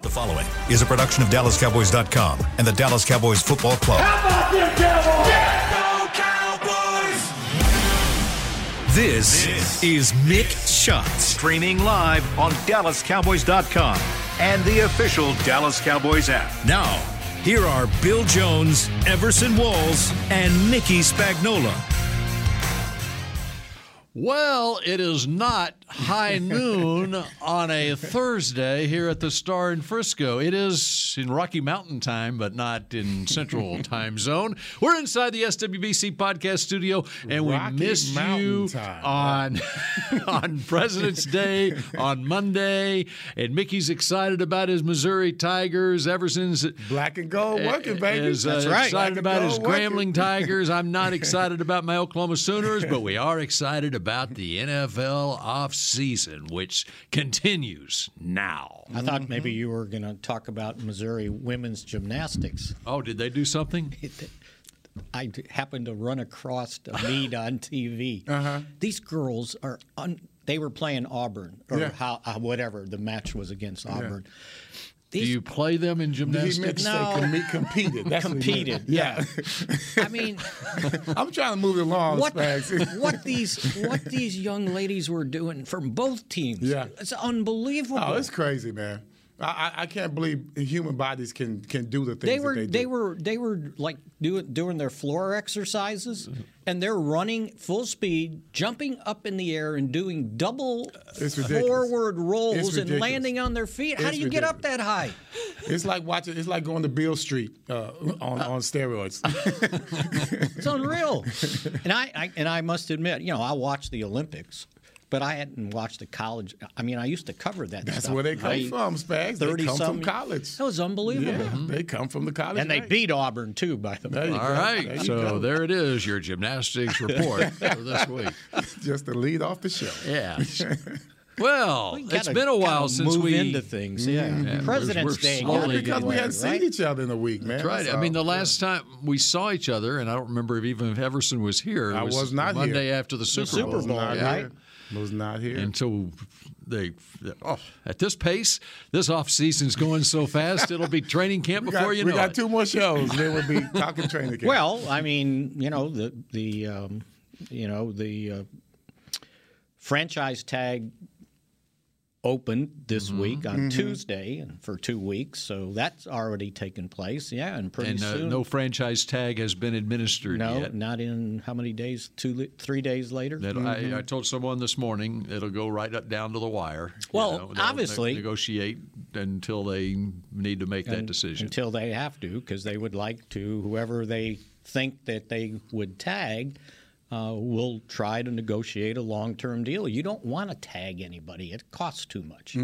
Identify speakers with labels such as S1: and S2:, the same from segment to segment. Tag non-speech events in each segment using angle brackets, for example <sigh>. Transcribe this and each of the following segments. S1: The following is a production of DallasCowboys.com and the Dallas Cowboys Football Club.
S2: How about them Cowboys?
S3: This, is Mick Shots.
S1: Streaming live on DallasCowboys.com and the official Dallas Cowboys app.
S3: Now, here are Bill Jones, Everson Walls, and Nikki Spagnola.
S4: Well, it is not
S5: <laughs>
S4: high noon on a Thursday here at the Star in Frisco. It is in Rocky Mountain time, but not
S5: <laughs>
S4: in Central Time Zone. We're inside the SWBC podcast studio, and
S5: Rocky
S4: we missed you
S5: Mountain time.
S4: on <laughs> on President's Day on Monday. And Mickey's excited about his Missouri Tigers. Everson's
S5: Black and gold working, baby.
S4: is uh,
S5: Black and
S4: excited about
S5: gold
S4: his
S5: working. <laughs>
S4: Grambling Tigers. I'm not excited about my Oklahoma Sooners, but we are excited about the NFL offseason, which continues now.
S6: I thought maybe you were going to talk about Missouri women's gymnastics.
S4: Oh, did they
S5: <laughs>
S4: do something?
S6: I d- happened to run across a lead on TV.
S5: Uh-huh.
S6: These girls are un- they were playing Auburn or
S5: Yeah.
S6: how uh, whatever the match was against Auburn.
S4: Do you play them in
S5: He meant
S4: gymnastics?
S5: to say
S6: No.
S5: commi- competed. That's what he meant.
S6: Competed, yeah. <laughs> I mean,
S5: I'm trying to move it along,
S6: what <laughs>
S5: Spags.
S6: what these what these young ladies were doing from both teams?
S5: Yeah.
S6: it's unbelievable.
S5: Oh, it's crazy, man. I, I, I can't believe human bodies can can do the things
S6: they
S5: that
S6: were
S5: they,
S6: they,
S5: do.
S6: were they were like doing doing their floor exercises and they're running full speed jumping up in the air and doing double
S5: It's ridiculous.
S6: forward
S5: It's
S6: rolls and
S5: ridiculous.
S6: landing on their feet how
S5: It's
S6: do you get up that high
S5: It's like watching. It's like going to Beale Street uh, on on steroids.
S6: it's unreal
S5: <laughs>
S6: and I, I and i must admit you know i watched the olympics but i hadn't watched the college i mean i used to cover that
S5: That's
S6: stuff.
S5: where they come
S6: I-
S5: from, Spags. They
S6: 30
S5: come from
S6: something-
S5: college.
S6: that was
S5: Yeah,
S6: unbelievable Mm-hmm.
S5: they come from the college.
S6: and they
S5: ranks.
S6: beat auburn too by the
S5: There
S6: way
S5: you
S4: All
S5: go.
S4: right,
S5: you
S4: so
S5: go.
S4: there it is, your gymnastics report for
S5: <laughs>
S4: this week.
S5: just to lead off the show. <laughs>
S4: Yeah. Well,
S6: We
S4: it's
S6: gotta-
S4: been a while
S6: gotta
S4: since
S6: move
S4: we
S6: into things. Yeah,
S4: we're-
S6: President's
S4: we're
S6: Day.
S4: slowly
S6: gotta be
S5: Because we
S6: aware,
S5: hadn't
S6: right?
S5: seen each other in a week, man.
S4: Right. I
S5: So-
S4: mean, the last time we saw each other, and I don't remember if even if Everson was here. It
S5: I was not here.
S4: Monday after the Super
S6: Super
S4: Bowl.
S5: was not
S4: yeah.
S5: here. Was not here.
S4: And so they, oh, at this pace, this off season's going so fast,
S5: <laughs>
S4: it'll be training camp
S5: we
S4: before
S5: got,
S4: you
S5: we
S4: know
S5: got
S4: it.
S5: two more shows. Then we'll
S6: <laughs>
S5: be talking training again.
S6: Well, I mean, you know the the um, you know the uh, franchise tag opened this
S4: Mm-hmm.
S6: week on Tuesday and for two weeks, so that's already taken place. Yeah, and pretty
S4: And uh,
S6: soon.
S4: no franchise tag has been administered
S6: no,
S4: yet.
S6: not in how many days? Two, li- three days later.
S4: That
S5: Mm-hmm.
S4: I, I told someone this morning it'll go right up down to the wire. you
S6: Well,
S4: know, they'll
S6: obviously-
S4: ne- negotiate until they need to make that decision.
S6: until they have to because they would like to whoever they think that they would tag uh, will try to negotiate a long-term deal you don't want to tag anybody it costs too much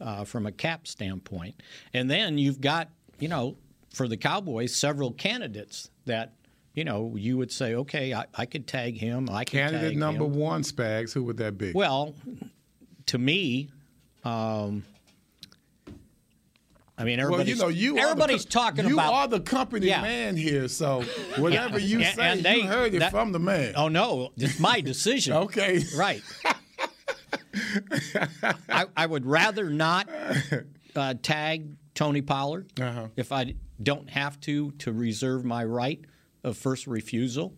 S6: uh, from a cap standpoint and then you've got you know for the cowboys several candidates that you know you would say okay i, I could tag him i could tag
S5: Candidate
S6: him.
S5: number one, Spags. Who would that be?
S6: Well, to me, um, I mean,
S5: Well,
S6: everybody's,
S5: you know, you
S6: everybody's
S5: are the, co-
S6: talking
S5: you
S6: about.
S5: are the company
S6: Yeah.
S5: man here.
S6: <laughs>
S5: So whatever you
S6: And-
S5: say,
S6: and they-
S5: you heard it
S6: that-
S5: from the man.
S6: oh no, it's my decision.
S5: <laughs> Okay.
S6: right. I, I would rather not uh, tag Tony Pollard if I don't have to to reserve my right of first refusal.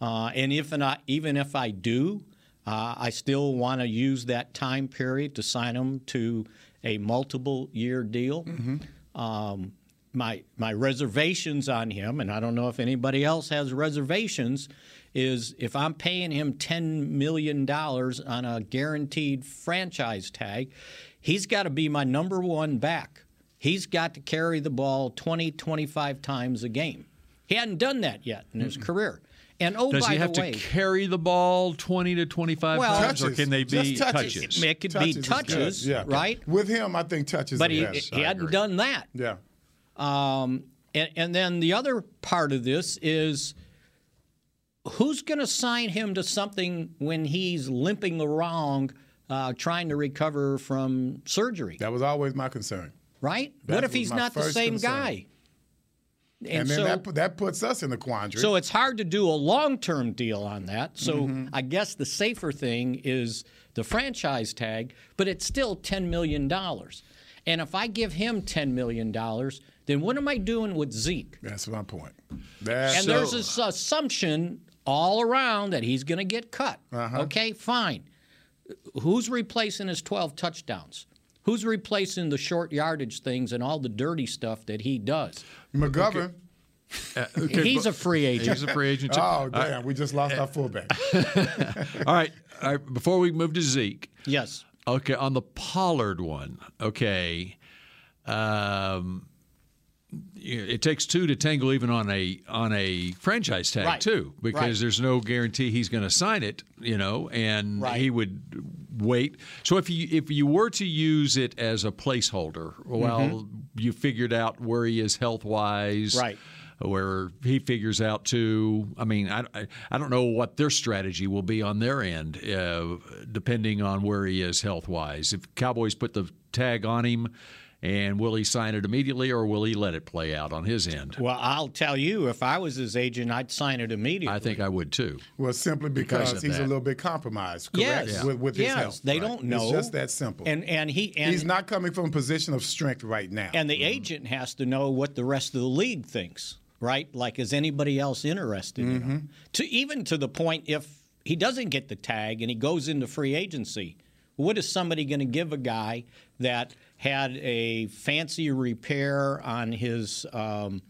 S6: Uh, and if and I, even if I do, uh, I still want to use that time period to sign him to a multiple year deal. Um, my my reservations on him, and I don't know if anybody else has reservations, is if I'm paying him ten million dollars on a guaranteed franchise tag, he's got to be my number one back. He's got to carry the ball 20, 25 times a game. He hadn't done that yet in his career. And oh,
S4: Does
S6: by
S4: he have
S6: the
S4: to
S6: way,
S4: carry the ball 20 to 25
S6: Well-
S4: times, or
S5: Touches.
S4: can they be
S5: Just touches.
S4: touches?
S6: it could
S5: Touches
S6: be
S5: is good.
S6: touches,
S5: Yeah.
S6: right?
S5: With him, I think touches.
S6: But
S5: is
S6: he,
S5: best.
S6: he hadn't done that.
S5: Yeah.
S6: Um, And, and then the other part of this is who's going to sign him to something when he's limping along uh, trying to recover from surgery,
S5: That was always my concern.
S6: right?
S5: that
S6: What if
S5: was
S6: he's
S5: my
S6: not the
S5: first
S6: same
S5: concern.
S6: guy?
S5: And, then
S6: so,
S5: that pu- that puts us in the quandary.
S6: so it's hard to do a long term deal on that. So
S5: Mm-hmm.
S6: I guess the safer thing is the franchise tag, but it's still $10 million. And if I give him $10 million, then what am I doing with Zeke?
S5: That's my point. That's
S6: And there's this assumption all around that he's going to get cut.
S5: Uh-huh.
S6: Okay, fine. Who's replacing his 12 touchdowns? Who's replacing the short yardage things and all the dirty stuff that he does?
S5: McGovern.
S6: he's a free agent.
S4: He's a free agent.
S5: <laughs>
S4: too.
S6: Uh,
S5: Oh damn, we just lost our fullback.
S4: All right. All right. Before we move to Zeke,
S6: yes.
S4: okay, on the Pollard one, okay, um, it takes two to tangle even on a on a franchise tag
S6: Right.
S4: too, because
S6: Right.
S4: there's no guarantee he's going to sign it, you know, and
S6: Right.
S4: he would wait. So if you if you were to use it as a placeholder, well, you figured out where he is health wise,
S6: Mm-hmm. Right.
S4: Where he figures out too. I mean, I, I, I don't know what their strategy will be on their end, uh, depending on where he is health wise. If Cowboys put the tag on him, and will he sign it immediately, or will he let it play out on his end?
S6: Well, I'll tell you, if I was his agent, I'd sign it immediately.
S4: I think I would too.
S5: Well, simply because,
S4: Because of
S5: he's a
S4: that.
S5: little bit compromised, correct?
S6: Yes.
S5: With, with his
S6: Yes,
S5: health.
S6: they don't know.
S5: It's just that simple.
S6: and and he and
S5: he's not coming from a position of strength right now.
S6: and the agent has to know what the rest of the league thinks, right? Like, is anybody else interested in him? To even to the point, if he doesn't get the tag and he goes into free agency, what is somebody going to give a guy that had a fancy repair on his um,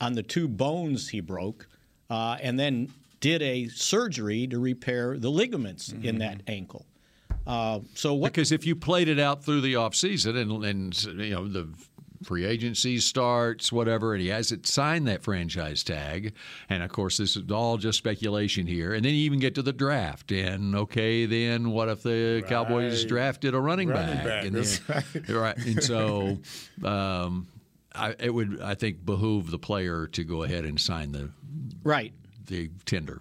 S6: on the two bones he broke, uh, and then did a surgery to repair the ligaments in that ankle? Uh, so what?
S4: Because if you played it out through the offseason and, and you know the free agency starts, whatever, and he hasn't signed that franchise tag, and of course this is all just speculation here, and then you even get to the draft, and okay, then what if the Cowboys drafted a running,
S5: Running
S4: back?
S5: back,
S4: and
S5: that's
S4: then, <laughs> right. and so. Um, I, it would, I think, behoove the player to go ahead and sign the
S6: right.
S4: the tender.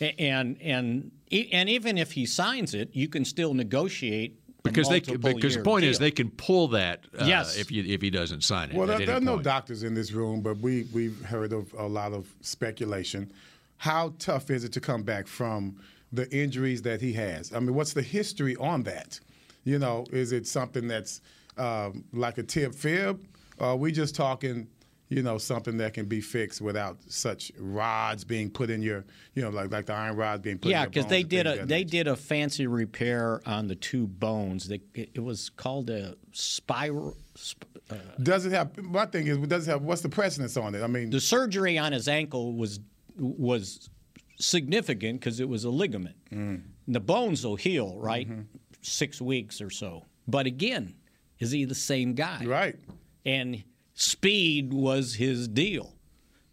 S6: A- and and e- and even if he signs it, you can still negotiate a
S4: Because they, c-
S6: multiple
S4: because the
S6: year
S4: point is
S6: deal.
S4: they can pull that uh,
S6: Yes.
S4: if you, if he doesn't sign it.
S5: well,
S4: at
S5: there,
S4: any
S5: there are no
S4: point.
S5: doctors in this room, but we we've heard of a lot of speculation. How tough is it to come back from the injuries that he has? I mean, what's the history on that? You know, is it something that's um, like a tib fib? Or are we just talking? You know, something that can be fixed without such rods being put in your, you know, like like the iron rods being put.
S6: yeah,
S5: because
S6: because they did a they did a fancy repair on the two bones. They, it it was called a spiral. Sp- uh,
S5: Does it have? My thing is, does it have? What's the precedence on it? I mean,
S6: the surgery on his ankle was was significant because it was a ligament.
S4: Mm.
S6: The bones will heal right
S4: Mm-hmm.
S6: six weeks or so. But again, is he the same guy?
S5: right?
S6: and speed was his deal.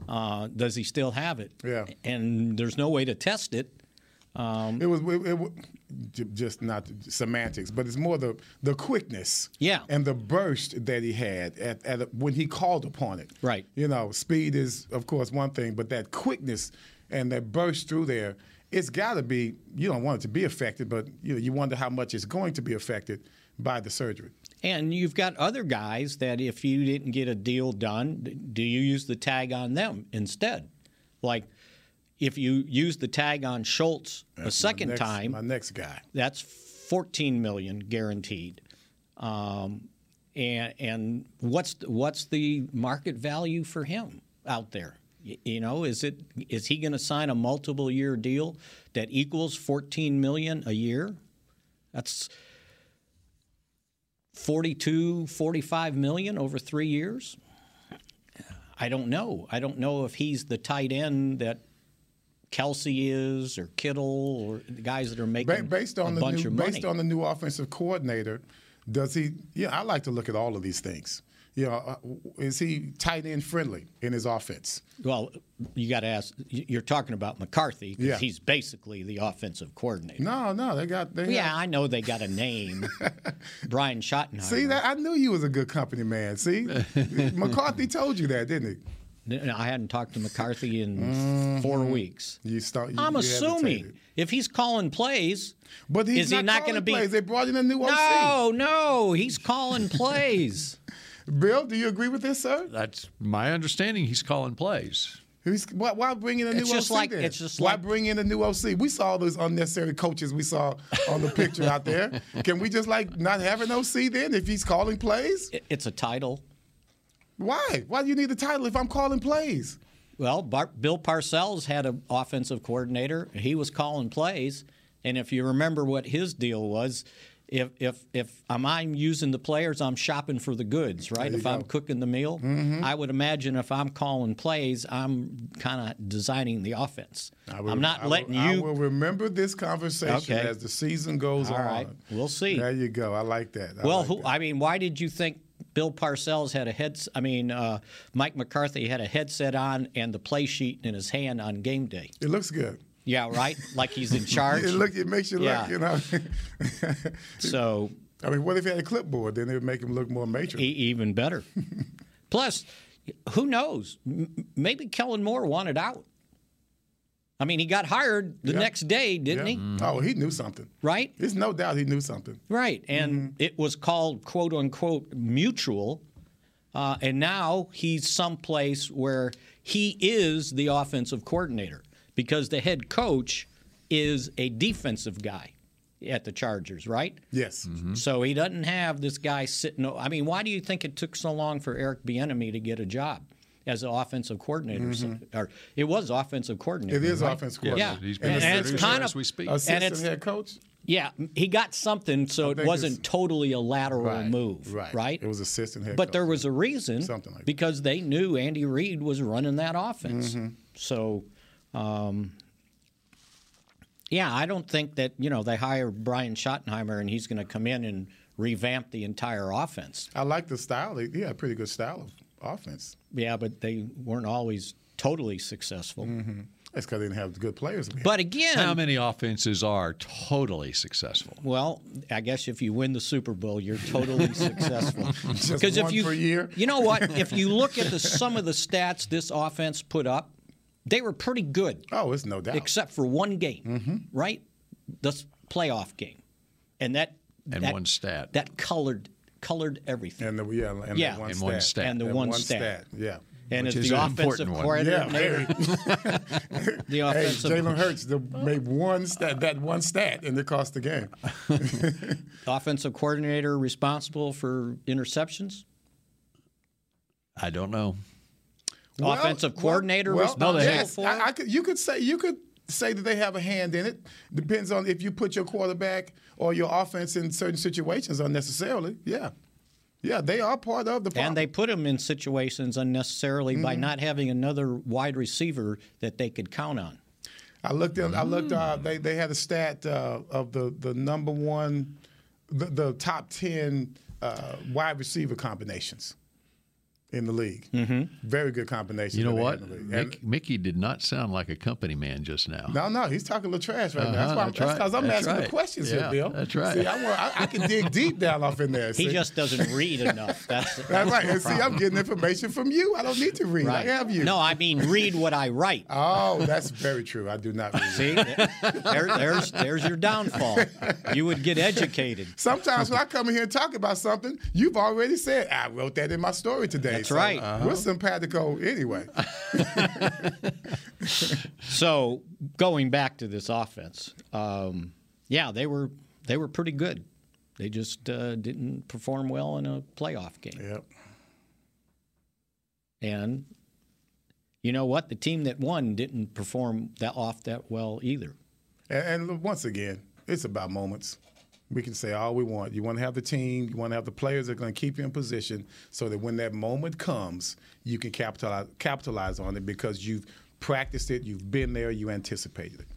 S6: Uh, does he still have it?
S5: Yeah.
S6: And there's no way to test it.
S5: It was it, it, wa- j- just not semantics, but it's more the the quickness,
S6: Yeah.
S5: and the burst that he had at, at when he called upon it.
S6: Right.
S5: You know, speed is of course one thing, but that quickness and that burst through there, it's got to be. You don't want it to be affected, but you know, you wonder how much it's going to be affected by the surgery.
S6: And you've got other guys that if you didn't get a deal done, d- do you use the tag on them instead? Like if you use the tag on Schultz a second
S5: Next-
S6: time,
S5: my next guy.
S6: that's 14 million guaranteed. Um, and and what's what's the market value for him out there? Y- You know, is it is he going to sign a multiple year deal that equals 14 million a year? That's 42, 45 million over 3 years. I don't know. I don't know if he's the tight end that Kelsey is or Kittle or the guys that are making
S5: Ba- based on
S6: a
S5: the
S6: bunch
S5: new,
S6: of money.
S5: based on the new offensive coordinator, does he? Yeah, I like to look at all of these things. You know, uh, is he tight end friendly in his offense?
S6: Well, you got to ask. you- You're talking about McCarthy because
S5: Yeah.
S6: he's basically the offensive coordinator.
S5: No, no, they got they.
S6: Yeah,
S5: got-
S6: I know they got
S5: <laughs>
S6: a name, Brian Schottenheimer.
S5: See that? I knew you was a good company man. See,
S6: <laughs>
S5: McCarthy told you that, didn't
S6: No, I hadn't talked to McCarthy in
S5: Mm-hmm.
S6: four weeks.
S5: he? You start. You,
S6: I'm
S5: you
S6: assuming
S5: hesitated.
S6: if he's calling plays,
S5: but he's
S6: is he not
S5: going to
S6: be?
S5: They brought in a new
S6: no, no, he's calling plays.
S5: <laughs> OC. Bill, do you agree with this, sir?
S4: That's my understanding. He's calling plays.
S5: He's- Why, why bring in a new
S6: It's just
S5: OC?
S6: like-
S5: then?
S6: it's just
S5: why
S6: like-
S5: bring in a new OC? We saw all those unnecessary coaches we saw on the picture out
S6: <laughs>
S5: there. Can we just like not have an OC then if he's calling plays?
S6: It- It's a title.
S5: Why? Why do you need the title if I'm calling plays?
S6: Well, Bar- Bill Parcells had an offensive coordinator. He was calling plays, and if you remember what his deal was, if if if I'm, I'm using the players, I'm shopping for the goods, right? If I'm cooking the meal,
S5: Mm-hmm.
S6: I would imagine if I'm calling plays, I'm kind of designing the offense. I'm not
S5: I
S6: letting
S5: will,
S6: you.
S5: I will remember this conversation
S6: Okay.
S5: as the season goes
S6: All
S5: on.
S6: right. We'll see.
S5: There you go. I like that. I
S6: well,
S5: like
S6: who,
S5: that.
S6: I mean, why did you think Bill Parcells had a head? I mean, uh, Mike McCarthy had a headset on and the play sheet in his hand on game day.
S5: it looks good.
S6: Yeah, right. Like he's
S5: <laughs>
S6: in charge.
S5: It look. It makes you
S6: Yeah.
S5: look. You know. <laughs>
S6: So
S5: I mean, what if he had a clipboard? Then it would make him look more matrix.
S6: e-
S5: <laughs>
S6: even better. Plus, who knows? M- maybe Kellen Moore wanted out. I mean, he got hired the
S5: Yeah.
S6: next day, didn't he?
S5: Oh, he knew something.
S6: Right?
S5: There's no doubt he knew something.
S6: Right. And
S5: Mm-hmm.
S6: it was called quote unquote mutual. Uh, and now he's someplace where he is the offensive coordinator because the head coach is a defensive guy at the Chargers, right?
S5: Yes.
S6: So he doesn't have this guy sitting. o- I mean, why do you think it took so long for Eric Bieniemy to get a job as an offensive coordinator? Or it was offensive coordinator.
S5: Mm-hmm. It is
S6: right?
S5: offense coordinator.
S6: Yeah.
S4: He's
S6: And
S4: been a
S6: it's
S4: producer
S6: kind
S4: as
S6: of-
S4: we speak.
S5: Assistant
S6: it's-
S5: head coach.
S6: Yeah, he got something, so it
S5: think
S6: wasn't
S5: it's-
S6: totally a lateral
S5: Right,
S6: move,
S5: right.
S6: right?
S5: It was assistant head
S6: But
S5: coach.
S6: there was a reason,
S5: Something like that.
S6: because they knew Andy Reid was running that offense.
S5: Mm-hmm.
S6: So, um, yeah, I don't think that you know they hire Brian Schottenheimer and he's going to come in and revamp the entire offense.
S5: I like the style. He he had a pretty good style of offense.
S6: Yeah, but they weren't always totally successful.
S5: That's because they didn't have good players. we had.
S6: But again,
S4: How many offenses are totally successful?
S6: Well, I guess if you win the Super Bowl,
S5: <laughs>
S6: you're totally successful.
S5: <laughs> Just
S6: Because if
S5: one
S6: you,
S5: per year?
S6: you know what? If you look at the some of the stats this offense put up, they were pretty good,
S5: oh, it's no doubt.
S6: except for one game, right? This playoff game, and that
S4: And
S6: that-
S4: one stat.
S6: that colored colored everything.
S5: and the yeah, and
S6: Yeah.
S5: the one
S4: And
S5: stat.
S4: one stat.
S6: And the
S5: That
S6: one stat.
S5: Yeah.
S6: And
S4: Which
S6: as
S4: is
S6: the
S4: an
S6: offensive
S4: important one.
S5: Yeah,
S6: coordinator,
S5: hey,
S6: the
S5: hey,
S6: <laughs> offensive
S5: Jalen Hurts the, made one stat, that one stat, and it cost the game.
S6: offensive coordinator responsible for interceptions,
S4: I don't know.
S6: offensive coordinator responsible
S5: yes,
S6: for.
S5: I, I could, you could say you could say that they have a hand in it. Depends on if you put your quarterback or your offense in certain situations unnecessarily. Yeah, yeah, they are part of the problem.
S6: And they put him in situations unnecessarily by not having another wide receiver that they could count on.
S5: I looked at I looked uh, they they had a stat uh, of the the number one the, the top ten uh, wide receiver combinations in the league. Mm-hmm. Very good combination.
S4: You know
S5: that they had
S4: what?
S5: in the league. And-
S4: Mick, Mickey did not sound like a company man just now.
S5: No, no, he's talking a little trash right now. That's why I'm,
S4: Uh-huh, that's right.
S5: because I'm
S4: That's
S5: asking the
S4: right.
S5: questions
S4: Yeah,
S5: here, Bill.
S4: that's right.
S5: See, I, want, I, I can dig deep down off in there.
S6: He
S5: see?
S6: just doesn't read enough. That's, that's
S5: that's right.
S6: the
S5: And see, I'm
S6: problem.
S5: getting information from you. I don't need to read.
S6: Right.
S5: I have you.
S6: No, I mean read what I write.
S5: oh, that's very true. I do not read.
S6: See, there, there's there's your downfall. You would get educated.
S5: Sometimes when I come in here and talk about something, you've already said, I wrote that in my story today.
S6: That's right.
S4: Uh-huh.
S5: We're simpatico
S4: <laughs>
S5: anyway.
S6: So going back to this offense, um, yeah, they were they were pretty good. They just uh, didn't perform well in a playoff game.
S5: yep.
S6: And you know what? The team that won didn't perform that off that well either.
S5: And, and once again, it's about moments. We can say all we want. You want to have the team, you want to have the players that are going to keep you in position so that when that moment comes, you can capitalize, capitalize on it because you've practiced it, you've been there, you anticipated it.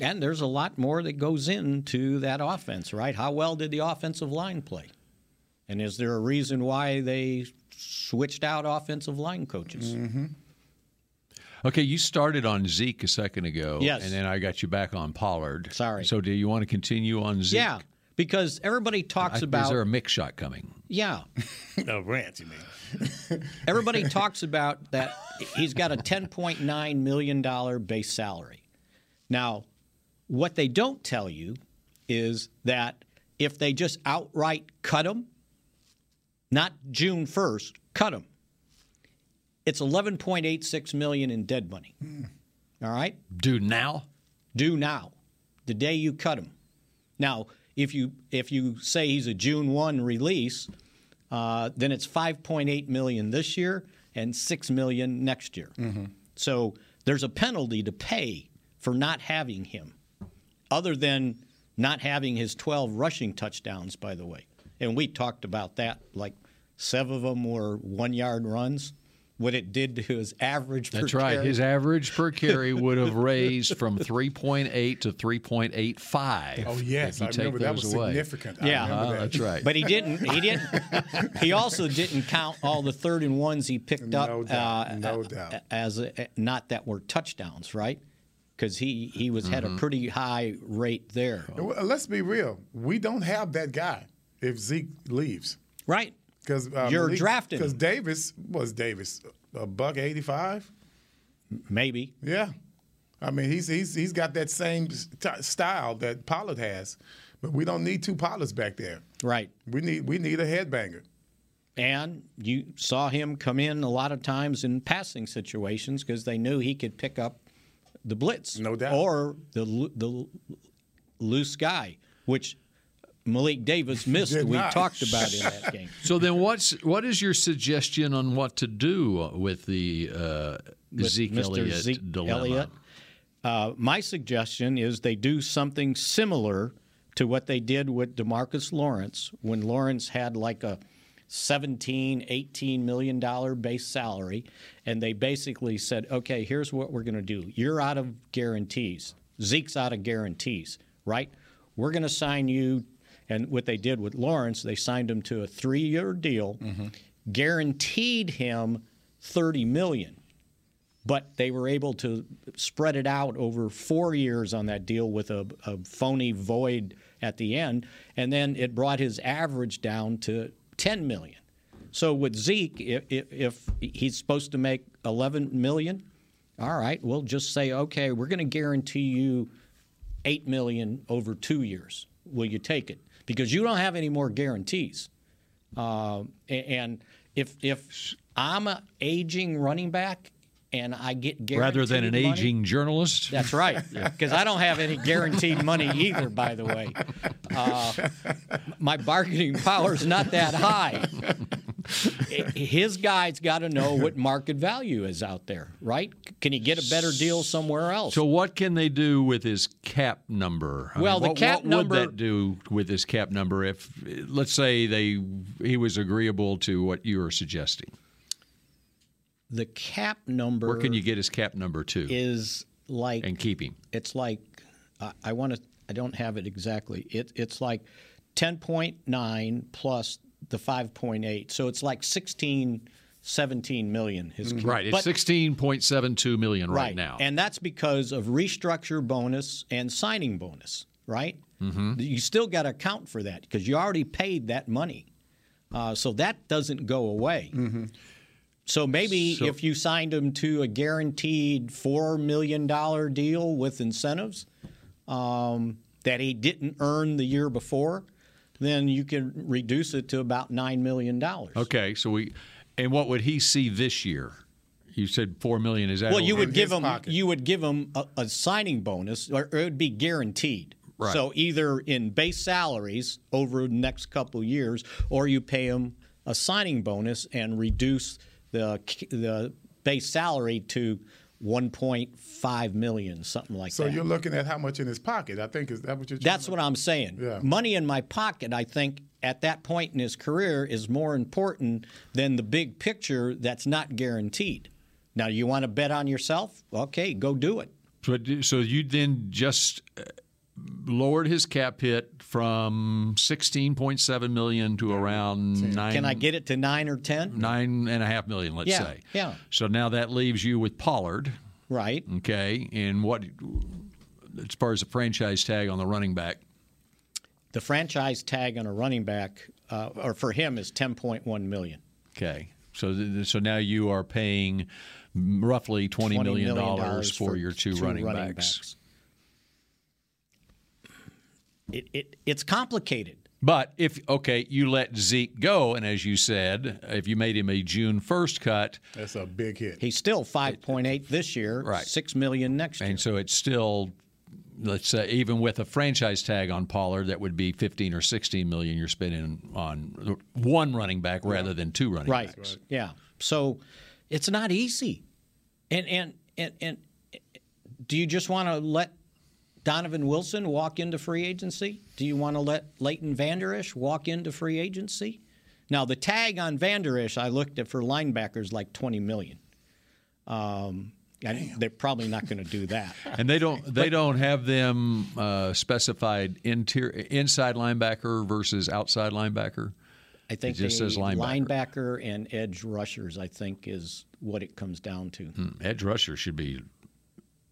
S6: And there's a lot more that goes into that offense, right? How well did the offensive line play? And is there a reason why they switched out offensive line coaches?
S4: Okay, you started on Zeke a second ago.
S6: Yes.
S4: And then I got you back on Pollard.
S6: Sorry.
S4: So do you want to continue on Zeke?
S6: Yeah, because everybody talks
S4: I-
S6: about
S4: Is there a mix shot coming?
S6: <laughs> yeah.
S5: A rant, you mean?
S4: <laughs>
S6: Everybody talks about that he's got a $10.9 million base salary. Now, what they don't tell you is that if they just outright cut him, not June 1st, cut him, It's 11.86 million in dead money.
S4: Hmm.
S6: All right?
S4: Do now?
S6: due now, the day you cut him. Now, if you if you say he's a June one release, uh, then it's 5.8 million this year and six million next year.
S4: Mm-hmm.
S6: So there's a penalty to pay for not having him, other than not having his 12 rushing touchdowns. By the way, and we talked about that. Like seven of them were one yard runs. What it did to his average. per
S4: That's right.
S6: carry.
S4: His
S6: <laughs>
S4: average per carry would have raised from 3.8 to 3.85.
S5: Oh yes,
S4: if you
S5: I
S4: take
S5: remember that
S4: those
S5: was
S4: away. Uh-huh,
S5: significant.
S6: Yeah.
S5: I remember
S6: Ah,
S5: that.
S4: That's right.
S6: But he didn't. He didn't. he also didn't count all the third and ones he picked
S5: No
S6: up
S5: doubt,
S6: uh,
S5: no
S6: uh,
S5: doubt.
S6: as a, not that were touchdowns, right? Because he he was had a pretty high rate there,
S5: Well, let's be real. We don't have that guy if Zeke leaves.
S6: right?
S5: Because
S6: You're drafting
S5: Because
S6: him.
S5: Davis was Davis a buck eighty five.
S6: Maybe
S5: Yeah, I mean he's he's he's got that same st- style that Pollard has, but we don't need two Pollards back there.
S6: right.
S5: We need we need a headbanger.
S6: And you saw him come in a lot of times in passing situations because they knew he could pick up the blitz,
S5: No doubt.
S6: or the lo- the lo- loose guy, which Malik Davis missed.
S5: Did
S6: we
S5: not.
S6: talked about in that game.
S4: So then, what's what is your suggestion on what to do with the uh, Zeke
S6: Mr.
S4: Elliott
S6: Zeke
S4: dilemma?
S6: Elliott. Uh, my suggestion is they do something similar to what they did with Demarcus Lawrence when Lawrence had like a 17, 18 million dollar base salary, and they basically said, "Okay, here's what we're going to do. You're out of guarantees. Zeke's out of guarantees, right? We're going to sign you." And what they did with Lawrence, they signed him to a three-year deal,
S4: Mm-hmm.
S6: guaranteed him 30 million but they were able to spread it out over four years on that deal with a, a phony void at the end, and then it brought his average down to 10 million. So with Zeke, if, if he's supposed to make 11 million, all right, we'll just say, okay, we're going to guarantee you 8 million over two years. Will you take it? Because you don't have any more guarantees. Um, a- and if if I'm an aging running back and I get guaranteed
S4: Rather than an
S6: money-
S4: aging journalist,
S6: that's
S4: <laughs>
S6: right, because I don't have any guaranteed money either. By the way, uh, my bargaining power is not that high. His guy's got to know what market value is out there, right? Can he get a better deal somewhere else?
S4: So what can they do with his cap number? I
S6: Well, the
S4: what,
S6: cap
S4: what
S6: number-
S4: would that do with his cap number if, let's say, they he was agreeable to what you were suggesting?
S6: the cap number
S4: Where can you get his cap number to
S6: is like
S4: and keep him?
S6: it's like I I want to. I don't have it exactly. It, it's like ten point nine plus the five point eight, so it's like 16, 17 million. His
S4: Mm-hmm. Right, it's
S6: But-
S4: sixteen point seven two million right, now.
S6: and that's because of restructure bonus and signing bonus, right? Mm-hmm. You still got to account for that because you already paid that money, uh, so that doesn't go away. So maybe
S4: So-
S6: if you signed him to a guaranteed four million dollar deal with incentives um, that he didn't earn the year before, then you can reduce it to about nine million dollars.
S4: okay, so we, and what would he see this year? You said four million. Is that
S6: Well, you
S4: over?
S6: would give
S5: his
S6: him
S5: pocket.
S6: you would give him a, a signing bonus, or it would be guaranteed.
S4: Right.
S6: So either in base salaries over the next couple of years, or you pay him a signing bonus and reduce the the base salary to 1.5 million, something like
S5: So
S6: that.
S5: you're looking at how much in his pocket. I think is that what you're. trying
S6: That's
S5: to-
S6: what I'm saying.
S5: Yeah.
S6: Money in my pocket, I think, at that point in his career is more important than the big picture that's not guaranteed. Now, you want to bet on yourself? Okay, go do it.
S4: But do- so you then just uh, lowered his cap hit from sixteen point seven million to around nine.
S6: Can I get it to nine or 10?
S4: nine and a half million, let's
S6: Yeah,
S4: say.
S6: yeah.
S4: So now that leaves you with Pollard,
S6: Right.
S4: okay, and what as far as the franchise tag on the running back.
S6: The franchise tag on a running back, uh, or for him, is 10.1 million.
S4: Okay. So th- so now you are paying roughly twenty
S6: $20
S4: million dollars
S6: dollars
S4: for your two, running, backs.
S6: It, it, it's complicated.
S4: But if okay, you let Zeke go, and as you said, if you made him a June first cut,
S5: That's a big hit.
S6: He's still 5.8 this year,
S4: Right.
S6: 6 million next year.
S4: and so it's still, let's say, even with a franchise tag on Pollard, that would be fifteen or sixteen million you're spending on one running back rather than two running
S6: right.
S4: backs.
S6: Yeah. So it's not easy. And and and and do you just want to let Donovan Wilson walk into free agency? Do you want to let Leighton Vander Esch walk into free agency? Now the tag on Vander Esch I looked at for linebackers like 20 million. Um, I, they're probably not going to do that.
S4: And they don't they don't have them uh, specified interior inside linebacker versus outside linebacker.
S6: I think
S4: just
S6: they-
S4: says linebacker.
S6: linebacker and edge rushers. I think is what it comes down to.
S4: Edge rusher should be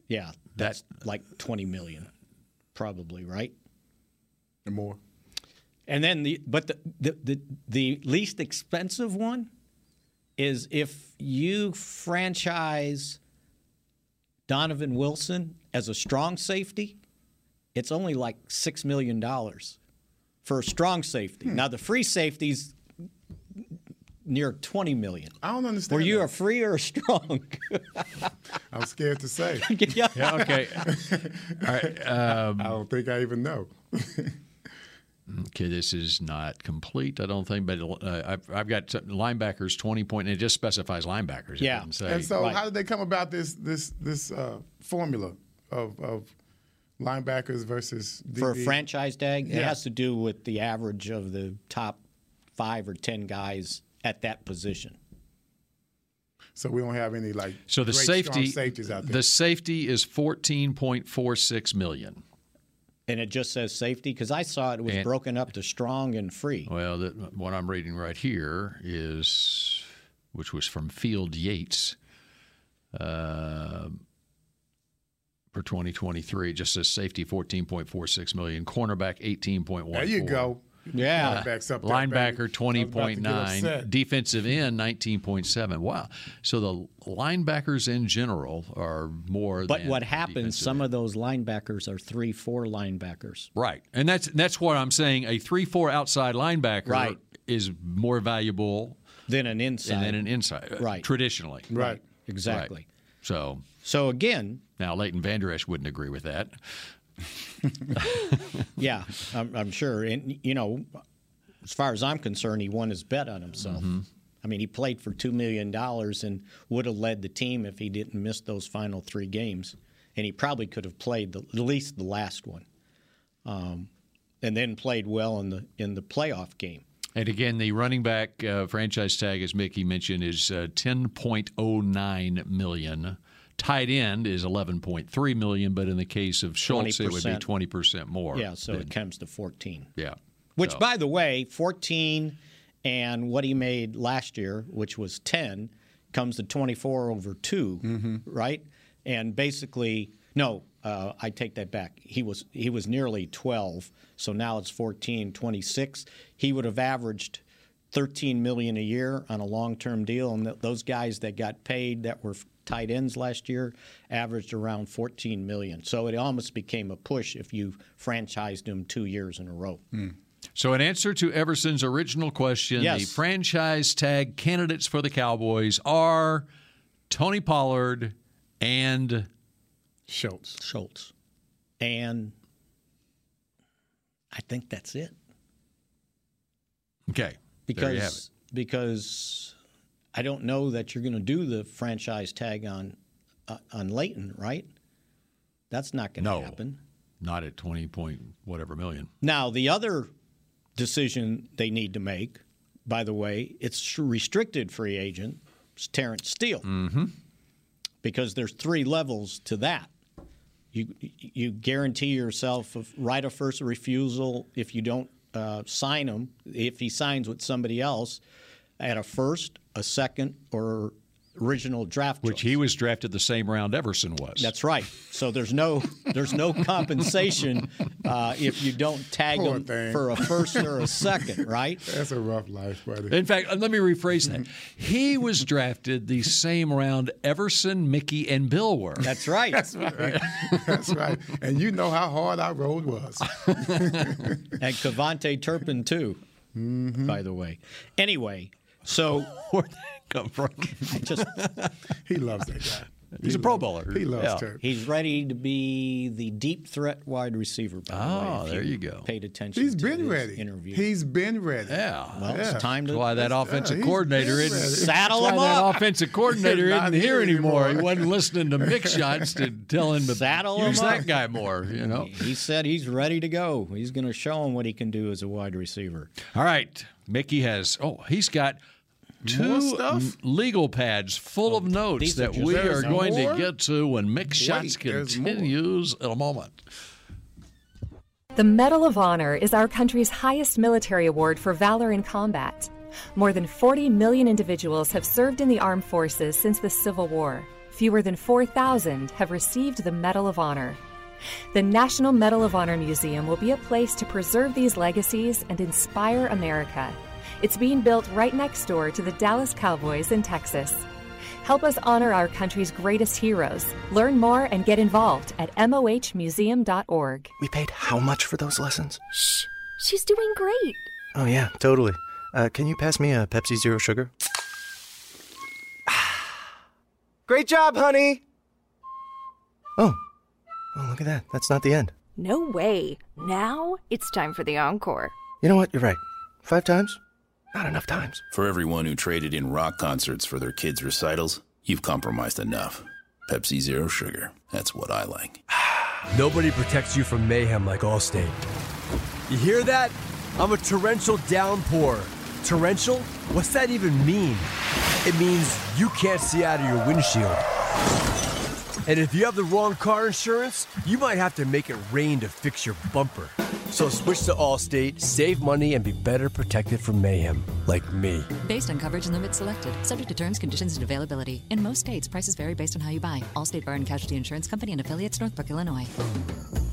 S6: Yeah,
S4: that.
S6: like 20 million, probably right.
S5: And more.
S6: And then the but the the the, the least expensive one is if you franchise Donovan Wilson as a strong safety, it's only like six million dollars for a strong safety. Now the free safety's near twenty million.
S5: I don't understand.
S6: Were you
S5: that.
S6: a free or a strong? <laughs>
S5: I'm scared to say.
S6: yeah.
S4: Yeah, okay.
S5: I don't think I even know.
S4: <laughs> Okay, this is not complete, I don't think, but uh, I've, I've got some- linebackers 20 point, and it just specifies linebackers. It
S6: Yeah.
S4: doesn't say-
S5: And so,
S6: Right.
S5: how did they come about this this this uh, formula of of linebackers versus DB?
S6: for a franchise tag. It
S5: Yeah.
S6: has to do with the average of the top five or ten guys at that position.
S5: So we don't have any like
S4: so the
S5: great,
S4: safety,
S5: strong safeties out there.
S4: the safety is 14.46 million.
S6: And it just says safety because I saw it was
S4: And-
S6: broken up to strong and free.
S4: Well, the, what I'm reading right here is, which was from Field Yates uh, for 2023. It just says safety 14.46 million, cornerback 18.1.
S5: there you go.
S6: Yeah.
S5: Linebackers up there,
S4: Linebacker
S5: baby. I was about to get
S4: 20.9,
S5: upset.
S4: defensive end 19.7. Wow. So the linebackers in general are more
S6: But
S4: than
S6: what happens?
S4: defensive
S6: Some of those linebackers are three, four linebackers.
S4: Right. And that's that's what I'm saying a 3-4 outside linebacker
S6: Right.
S4: is more valuable
S6: Then an inside.
S4: than an inside uh,
S6: Right.
S4: traditionally.
S5: Right.
S6: exactly.
S4: Right. So
S6: So again,
S4: now Leighton Vander Esch wouldn't agree with that.
S6: yeah, I'm, I'm sure. And you know, as far as I'm concerned, he won his bet on himself. I mean, he played for two million dollars and would have led the team if he didn't miss those final three games, and he probably could have played the, at least the last one, um, and then played well in the in the playoff game.
S4: And again, the running back uh, franchise tag, as Mickey mentioned, is uh, 10.09 million. Tight end is 11.3 million, but in the case of Schultz, it would be
S6: 20%.
S4: 20 percent more.
S6: Yeah, so it comes to fourteen.
S4: yeah.
S6: Which,
S4: So-
S6: by the way, 14 and what he made last year, which was 10, comes to 24 over 2, right? And basically, no, uh, I take that back. He was he was nearly 12, so now it's 14, 26. He would have averaged 13 million a year on a long-term deal, and th- those guys that got paid that were tight ends last year averaged around 14 million. So it almost became a push if you franchised him two years in a row.
S4: So, in answer to Everson's original question, the
S6: Yes.
S4: franchise tag candidates for the Cowboys are Tony Pollard and
S5: Schultz.
S6: Schultz. And I think that's it.
S4: okay, there you have it.
S6: Because because I don't know that you're going to do the franchise tag on uh, on Leighton, right? That's not going to
S4: No.
S6: happen.
S4: Not at twenty point whatever million.
S6: Now, the other decision they need to make, by the way, it's restricted free agent, it's Terrence Steele. Mm-hmm. Because there's three levels to that. You, you guarantee yourself a right of first refusal if you don't uh, sign him, if he signs with somebody else at a first, a second, or original draft
S4: Which
S6: choice.
S4: he was drafted the same round Everson was.
S6: That's right. So there's no there's no compensation uh, uh, if you don't tag
S5: Poor
S6: him
S5: thing.
S6: for a first or a second, right?
S5: That's a rough life, buddy.
S4: In fact, uh, let me rephrase
S5: <laughs>
S4: that. He was drafted the same round Everson, Mickey, and Bill were.
S6: That's right.
S5: <laughs> That's right. And you know how hard our road was.
S6: And Cavante Turpin, too, by the way. Anyway, so
S4: Mm-hmm. <laughs> Where'd that come from?
S6: just
S5: He loves that guy.
S4: He's a Pro Bowler.
S5: He loves
S4: Yeah.
S5: Turk.
S6: he's ready to be the deep threat wide receiver, by the
S4: Ah,
S6: way. if
S4: there you go.
S6: Paid attention
S5: He's
S6: to
S5: been
S6: his
S5: ready.
S6: interview.
S5: He's been ready.
S4: Yeah.
S6: well,
S5: yeah.
S6: it's time
S4: That's
S6: to
S4: why that offensive
S5: he's
S4: coordinator
S5: been
S4: isn't
S5: ready.
S6: saddle
S4: that's
S6: him
S4: why that
S5: <laughs>
S6: up.
S4: offensive coordinator
S5: Not
S4: isn't here
S5: here
S4: anymore. he
S5: anymore.
S4: wasn't listening to mix
S5: <laughs>
S4: shots to tell him to
S6: Saddle him
S4: use that
S6: up.
S4: guy more.
S6: <laughs>
S4: You know.
S6: He said he's ready to go. He's going to show him what he can do as a wide receiver.
S4: All right, Mickey has. Oh, he's got
S5: More
S4: two
S5: stuff? Oh,
S4: n- legal pads full of notes
S6: these are
S4: that
S6: just-
S4: we are
S5: There's
S4: going
S5: more?
S4: to get to when mix shots
S5: Wait, there's more.
S4: continues in a moment.
S2: The Medal of Honor is our country's highest military award for valor in combat. More than 40 million individuals have served in the armed forces since the Civil War. Fewer than 4,000 have received the Medal of Honor. The National Medal of Honor Museum will be a place to preserve these legacies and inspire America. It's being built right next door to the Dallas Cowboys in Texas. Help us honor our country's greatest heroes. Learn more and get involved at mohmuseum.org.
S7: We paid how much for those lessons?
S8: She's doing great.
S7: Oh, yeah, totally. Uh, can you pass me a Pepsi Zero Sugar? <sighs> Great job, honey! Oh. Oh, look at that. That's not the end.
S8: No way. Now it's time for the encore.
S7: You know what? You're right. Five times? Not enough times.
S9: For everyone who traded in rock concerts for their kids' recitals, you've compromised enough. Pepsi Zero Sugar. That's what I like.
S10: <sighs> Nobody protects you from mayhem like Allstate. You hear that? I'm a torrential downpour. Torrential? What's that even mean? It means you can't see out of your windshield. And if you have the wrong car insurance, you might have to make it rain to fix your bumper. So switch to Allstate, save money, and be better protected from mayhem, like me.
S11: Based on coverage and limits selected, subject to terms, conditions, and availability. In most states, prices vary based on how you buy. Allstate Bar and Casualty Insurance Company and affiliates, Northbrook, Illinois.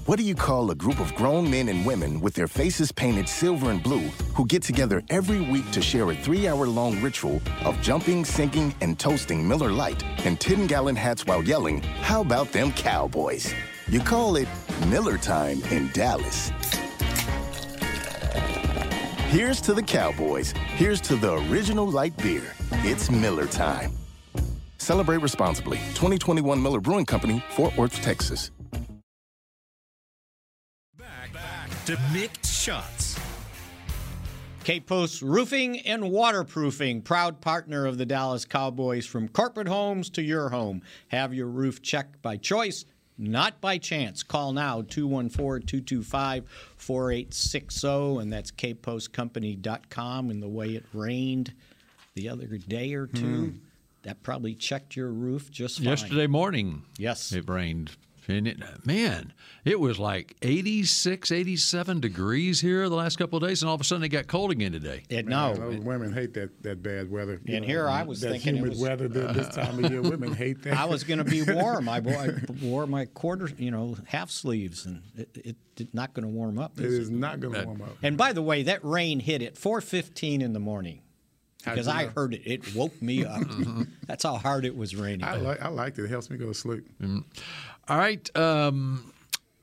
S12: What do you call a group of grown men and women with their faces painted silver and blue who get together every week to share a three hour long ritual of jumping, singing, and toasting Miller Lite in 10 gallon hats while yelling, How about them cowboys? You call it Miller Time in Dallas. Here's to the Cowboys. Here's to the original light beer. It's Miller Time. Celebrate responsibly. 2021 Miller Brewing Company, Fort Worth, Texas.
S3: To mix shots.
S6: K Post Roofing and Waterproofing, proud partner of the Dallas Cowboys from corporate homes to your home. Have your roof checked by choice, not by chance. Call now 214 225 4860, oh. and that's kpostcompany.com. And the way it rained the other day or two, that probably checked your roof just fine.
S4: Yesterday morning,
S6: Yes.
S4: it rained. And it, man, it was like 86, 87 degrees here the last couple of days, and all of a sudden it got cold again today.
S6: It,
S5: Man, oh,
S6: no,
S5: those women hate that, that bad weather. You
S6: And here I was
S5: that
S6: thinking it
S5: humid
S6: was-
S5: weather th- this time of year. Women hate <laughs> that.
S6: I was going to be warm. I wore, I wore my quarter, you know, half sleeves, and it, it, it's not going to warm
S5: <laughs>
S6: up.
S5: It
S6: is it?
S5: is not going to warm up.
S6: And by the way, that rain hit at 4:15 in the morning because
S5: you
S6: I
S5: know?
S6: heard it. It woke me up. That's how hard it was raining.
S5: I like I liked it. It helps me go to sleep.
S4: All right. Um,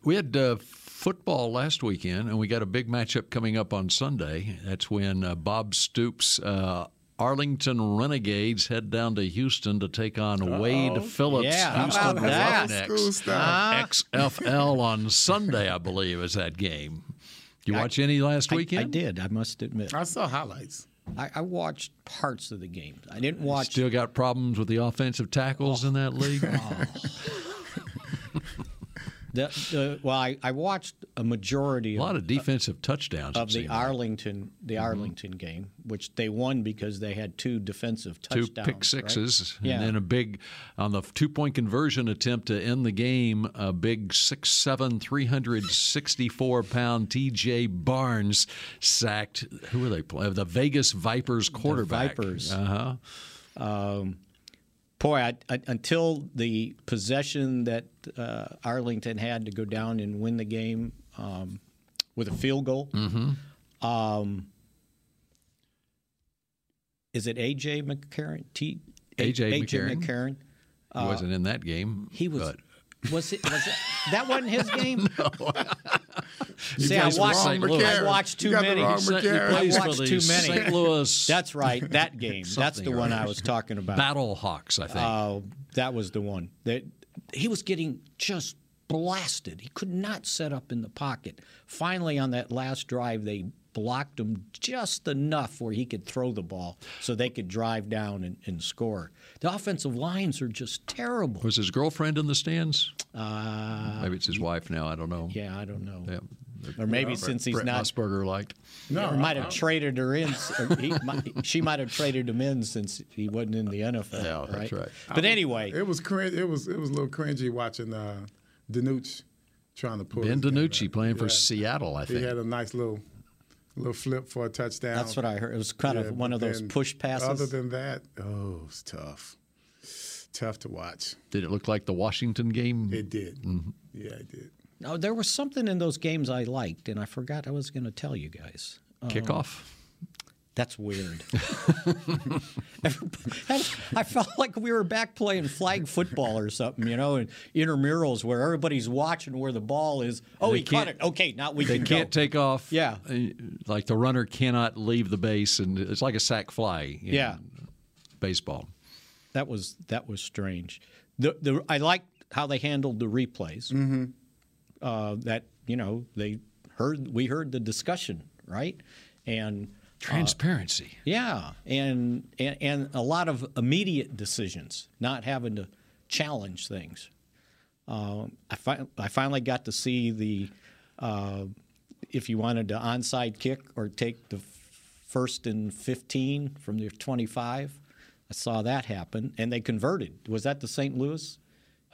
S4: we had uh, football last weekend, and we got a big matchup coming up on Sunday. That's when uh, Bob Stoops. Uh, Arlington Renegades head down to Houston to take on Wade Phillips.
S6: Yeah, how
S4: Houston
S6: about that?
S5: School
S4: Roughnecks.
S5: style.
S4: XFL on Sunday, I believe, is that game. You watch any last
S6: I,
S4: weekend?
S6: I did. I must admit.
S5: I saw highlights.
S6: I, I watched parts of the game. I didn't watch.
S4: Still got problems with the offensive tackles in that league.
S6: Oh. the, the, well, I, I watched a majority
S4: a lot
S6: of,
S4: of defensive touchdowns. it
S6: of the
S4: seemed.
S6: Arlington the Arlington game, which they won because they had two defensive
S4: two
S6: touchdowns.
S4: pick sixes,
S6: Yeah.
S4: and then a big on the two point conversion attempt to end the game. A big 6'7", 364 pound T.J. Barnes sacked. Who were they playing? The Vegas Vipers quarterback.
S6: Vipers.
S4: Uh huh.
S6: Boy, I, I, until the possession that uh, Arlington had to go down and win the game, um, with a field goal.
S4: Mm-hmm.
S6: Um, is it AJ McCarron? T-
S4: A.J.
S6: AJ
S4: McCarron.
S6: McCarron.
S4: He wasn't in that game. He was. But
S6: Uh, Was it? Was it? That wasn't
S4: <laughs>
S6: his game. <laughs>
S4: He
S6: See, I
S4: plays for
S6: watched,
S4: St. Louis.
S6: I watched
S4: You
S6: too
S4: got the
S6: many.
S4: wrong He McCarron. plays
S6: I
S4: for
S6: watched
S4: the
S6: too many.
S4: St. <laughs> Louis-
S6: That's right. That game. That's
S4: Something
S6: the
S4: or
S6: one I
S4: other.
S6: was talking about.
S4: Battle Hawks, I think.
S6: Oh, that was the one. That he was getting just blasted. He could not set up in the pocket. Finally, on that last drive, they blocked him just enough where he could throw the ball so they could drive down and, and score. The offensive lines are just terrible.
S4: was his girlfriend in the stands?
S6: Uh,
S4: Maybe it's his wife now. I don't know.
S6: yeah, I don't know.
S4: Yeah.
S6: Or maybe since he's
S4: Brett
S6: not-
S4: Musburger liked.
S6: No, or might have traded her in. or he might, she might have traded him in since he wasn't in the NFL.
S4: Yeah, that's right.
S6: But anyway,
S5: it was cringe, it was it was a little cringy watching uh, Danucci trying to pull.
S4: Ben
S5: his-
S4: DiNucci playing for
S5: Yeah.
S4: Seattle, I
S5: he
S4: think.
S5: had a nice little little flip for a touchdown.
S6: That's what I heard. It was kind of one
S5: but
S6: of those
S5: then
S6: push passes.
S5: Other than that, oh, it's tough. Tough to watch.
S4: Did it look like the Washington game?
S5: It did.
S4: Mm-hmm.
S5: Yeah, it did.
S6: No, there was something in those games I liked, and I forgot I was going to tell you guys. Um,
S4: Kickoff.
S6: That's weird. <laughs> I felt like we were back playing flag football or something, you know, and intramurals where everybody's watching where the ball is. Oh,
S4: They
S6: he caught it.
S4: can't-
S6: Okay, now we
S4: they
S6: can
S4: can't
S6: go.
S4: take off.
S6: Yeah.
S4: uh, Like the runner cannot leave the base, and it's like a sack fly. in
S6: Yeah.
S4: Baseball.
S6: That was that was strange. The, the I liked how they handled the replays. Mm-hmm. Uh, that you know they heard we heard the discussion right, and uh,
S4: Transparency.
S6: Yeah, and, and and a lot of immediate decisions, not having to challenge things. Um, I fi- I finally got to see the uh, if you wanted to onside kick or take the first and fifteen from their twenty-five. I saw that happen, and they converted. Was that the St. Louis?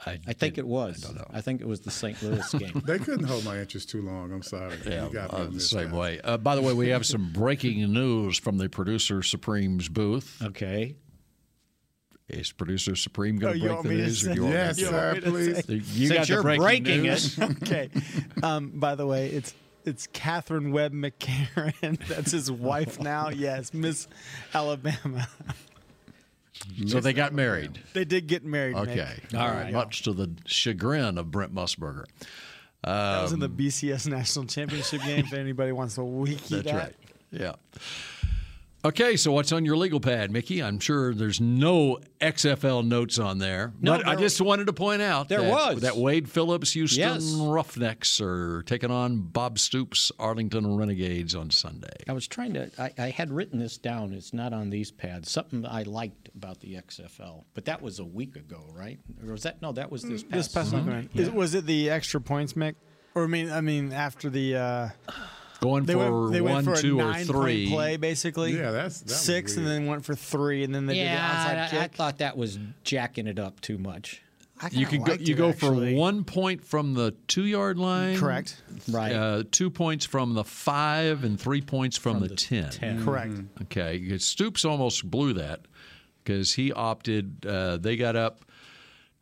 S4: I,
S6: think it was. I, think it was the St.
S4: <laughs>
S6: Louis game.
S5: They couldn't hold my interest too long. I'm sorry.
S4: Yeah,
S5: You got me
S4: I'm
S5: on
S4: the
S5: this
S4: same
S5: time.
S4: way. Uh, by the way, we have some breaking news from the producer Supreme's booth.
S6: Okay.
S4: Is producer Supreme going
S13: Oh,
S4: to
S13: you
S4: break
S13: want
S4: the
S13: me to
S4: news?
S13: say-
S4: want me
S13: Yes,
S4: to?
S13: you want me to say-
S4: The- You
S6: Since
S4: got the
S6: you're
S4: breaking
S6: breaking
S4: news.
S6: it.
S13: <laughs> okay. Um, by the way, it's it's Catherine Webb McCarron. <laughs> That's his wife now. Yes, Miss Alabama.
S4: <laughs> so they got married.
S13: <laughs> They did get married. Nick.
S4: Okay.
S13: There you go.
S4: Much to the chagrin of Brent Musburger.
S13: That was in the
S4: Um,
S13: BCS National Championship game. If anybody wants to wiki
S4: That's
S13: that.
S4: right. Yeah. Okay, so what's on your legal pad, Mickey? I'm sure there's no XFL notes on there,
S6: No,
S4: but I
S6: there-
S4: just wanted to point out
S6: There
S4: that,
S6: was.
S4: that Wade Phillips Houston
S6: Yes.
S4: Roughnecks are taking on Bob Stoops Arlington Renegades on Sunday.
S6: I was trying to. I, I had written this down. It's not on these pads. Something I liked about the XFL, but that was a week ago, right? Or was that no? That was this past.
S13: Mm, This past
S6: Sunday.
S13: weekend. Is- was it the extra points, Mick? Or I mean, I mean, after the uh,
S4: Going
S13: they
S4: for
S13: went, they
S4: one,
S13: went for
S4: two,
S13: a
S4: or
S13: nine-point
S4: three.
S13: play basically.
S5: Yeah, that's- that was
S13: six, and then went for three, and then they did the
S6: yeah,
S13: onside
S6: I, I
S13: kick.
S6: thought that was jacking it up too much.
S13: I
S4: You
S13: kinda
S4: can go,
S13: liked
S4: you
S13: it,
S4: go
S13: actually.
S4: for one point from the two yard line.
S13: Correct.
S6: Right.
S4: Uh, two points from the five and three points from, the, 10.
S6: Mm,
S13: 10. Correct. Mhm.
S4: Okay. 'cause Stoops almost blew that because he opted, uh, they got up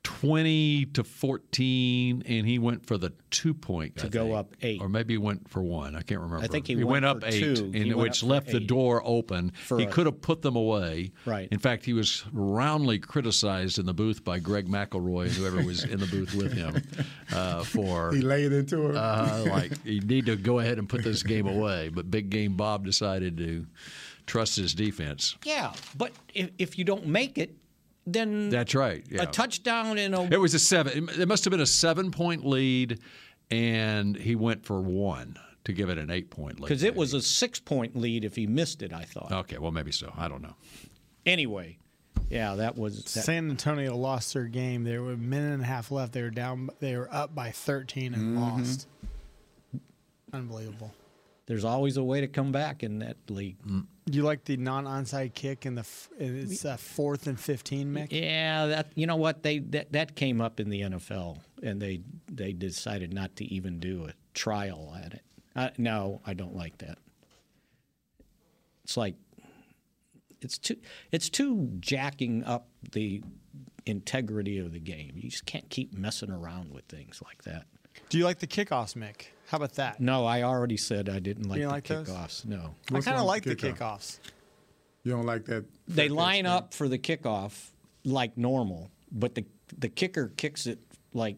S4: 20 to 14, and he went for the two point
S6: To go up eight.
S4: Or maybe he went for one. I can't remember.
S6: think he
S4: went,
S6: went
S4: up
S6: for
S4: eight,
S6: two. He
S4: and,
S6: went
S4: which
S6: up for
S4: left the
S6: eight.
S4: door open.
S6: For
S4: he
S6: a-
S4: could have put them away.
S6: Right.
S4: In fact, he was roundly criticized in the booth by Greg McElroy and whoever was in the booth with him uh, for
S5: He laid into her.
S4: uh, like you need to go ahead and put this game away. But big game Bob decided to trust his defense.
S6: Yeah, but if, if you don't make it, then
S4: That's right. Yeah.
S6: a touchdown and a
S4: It was a seven. It must have been a seven-point lead, and he went for one to give it an eight-point lead.
S6: because it was a six-point lead if he missed it. I thought.
S4: Okay, well maybe so. I don't know.
S6: Anyway, yeah, that was that,
S13: San Antonio lost their game. There were a minute and a half left. They were down. They were up by 13 and
S4: Mm-hmm.
S13: lost. Unbelievable.
S6: there's always a way to come back in that league.
S13: You like the non-onside kick and the f- and it's uh, fourth and 15, Mick.
S6: Yeah, that you know what they that, that came up in the NFL, and they they decided not to even do a trial at it. Uh, no, I don't like that. It's like it's too it's too jacking up the integrity of the game. You just can't keep messing around with things like that.
S13: Do you like the kickoffs, Mick? How about that?
S6: No, I already said I didn't like
S13: You
S6: the
S13: like those?
S6: kickoffs. No.
S13: I kind of like the kickoffs.
S5: You don't like that?
S6: They line up for the kickoff like normal, but the the kicker kicks it like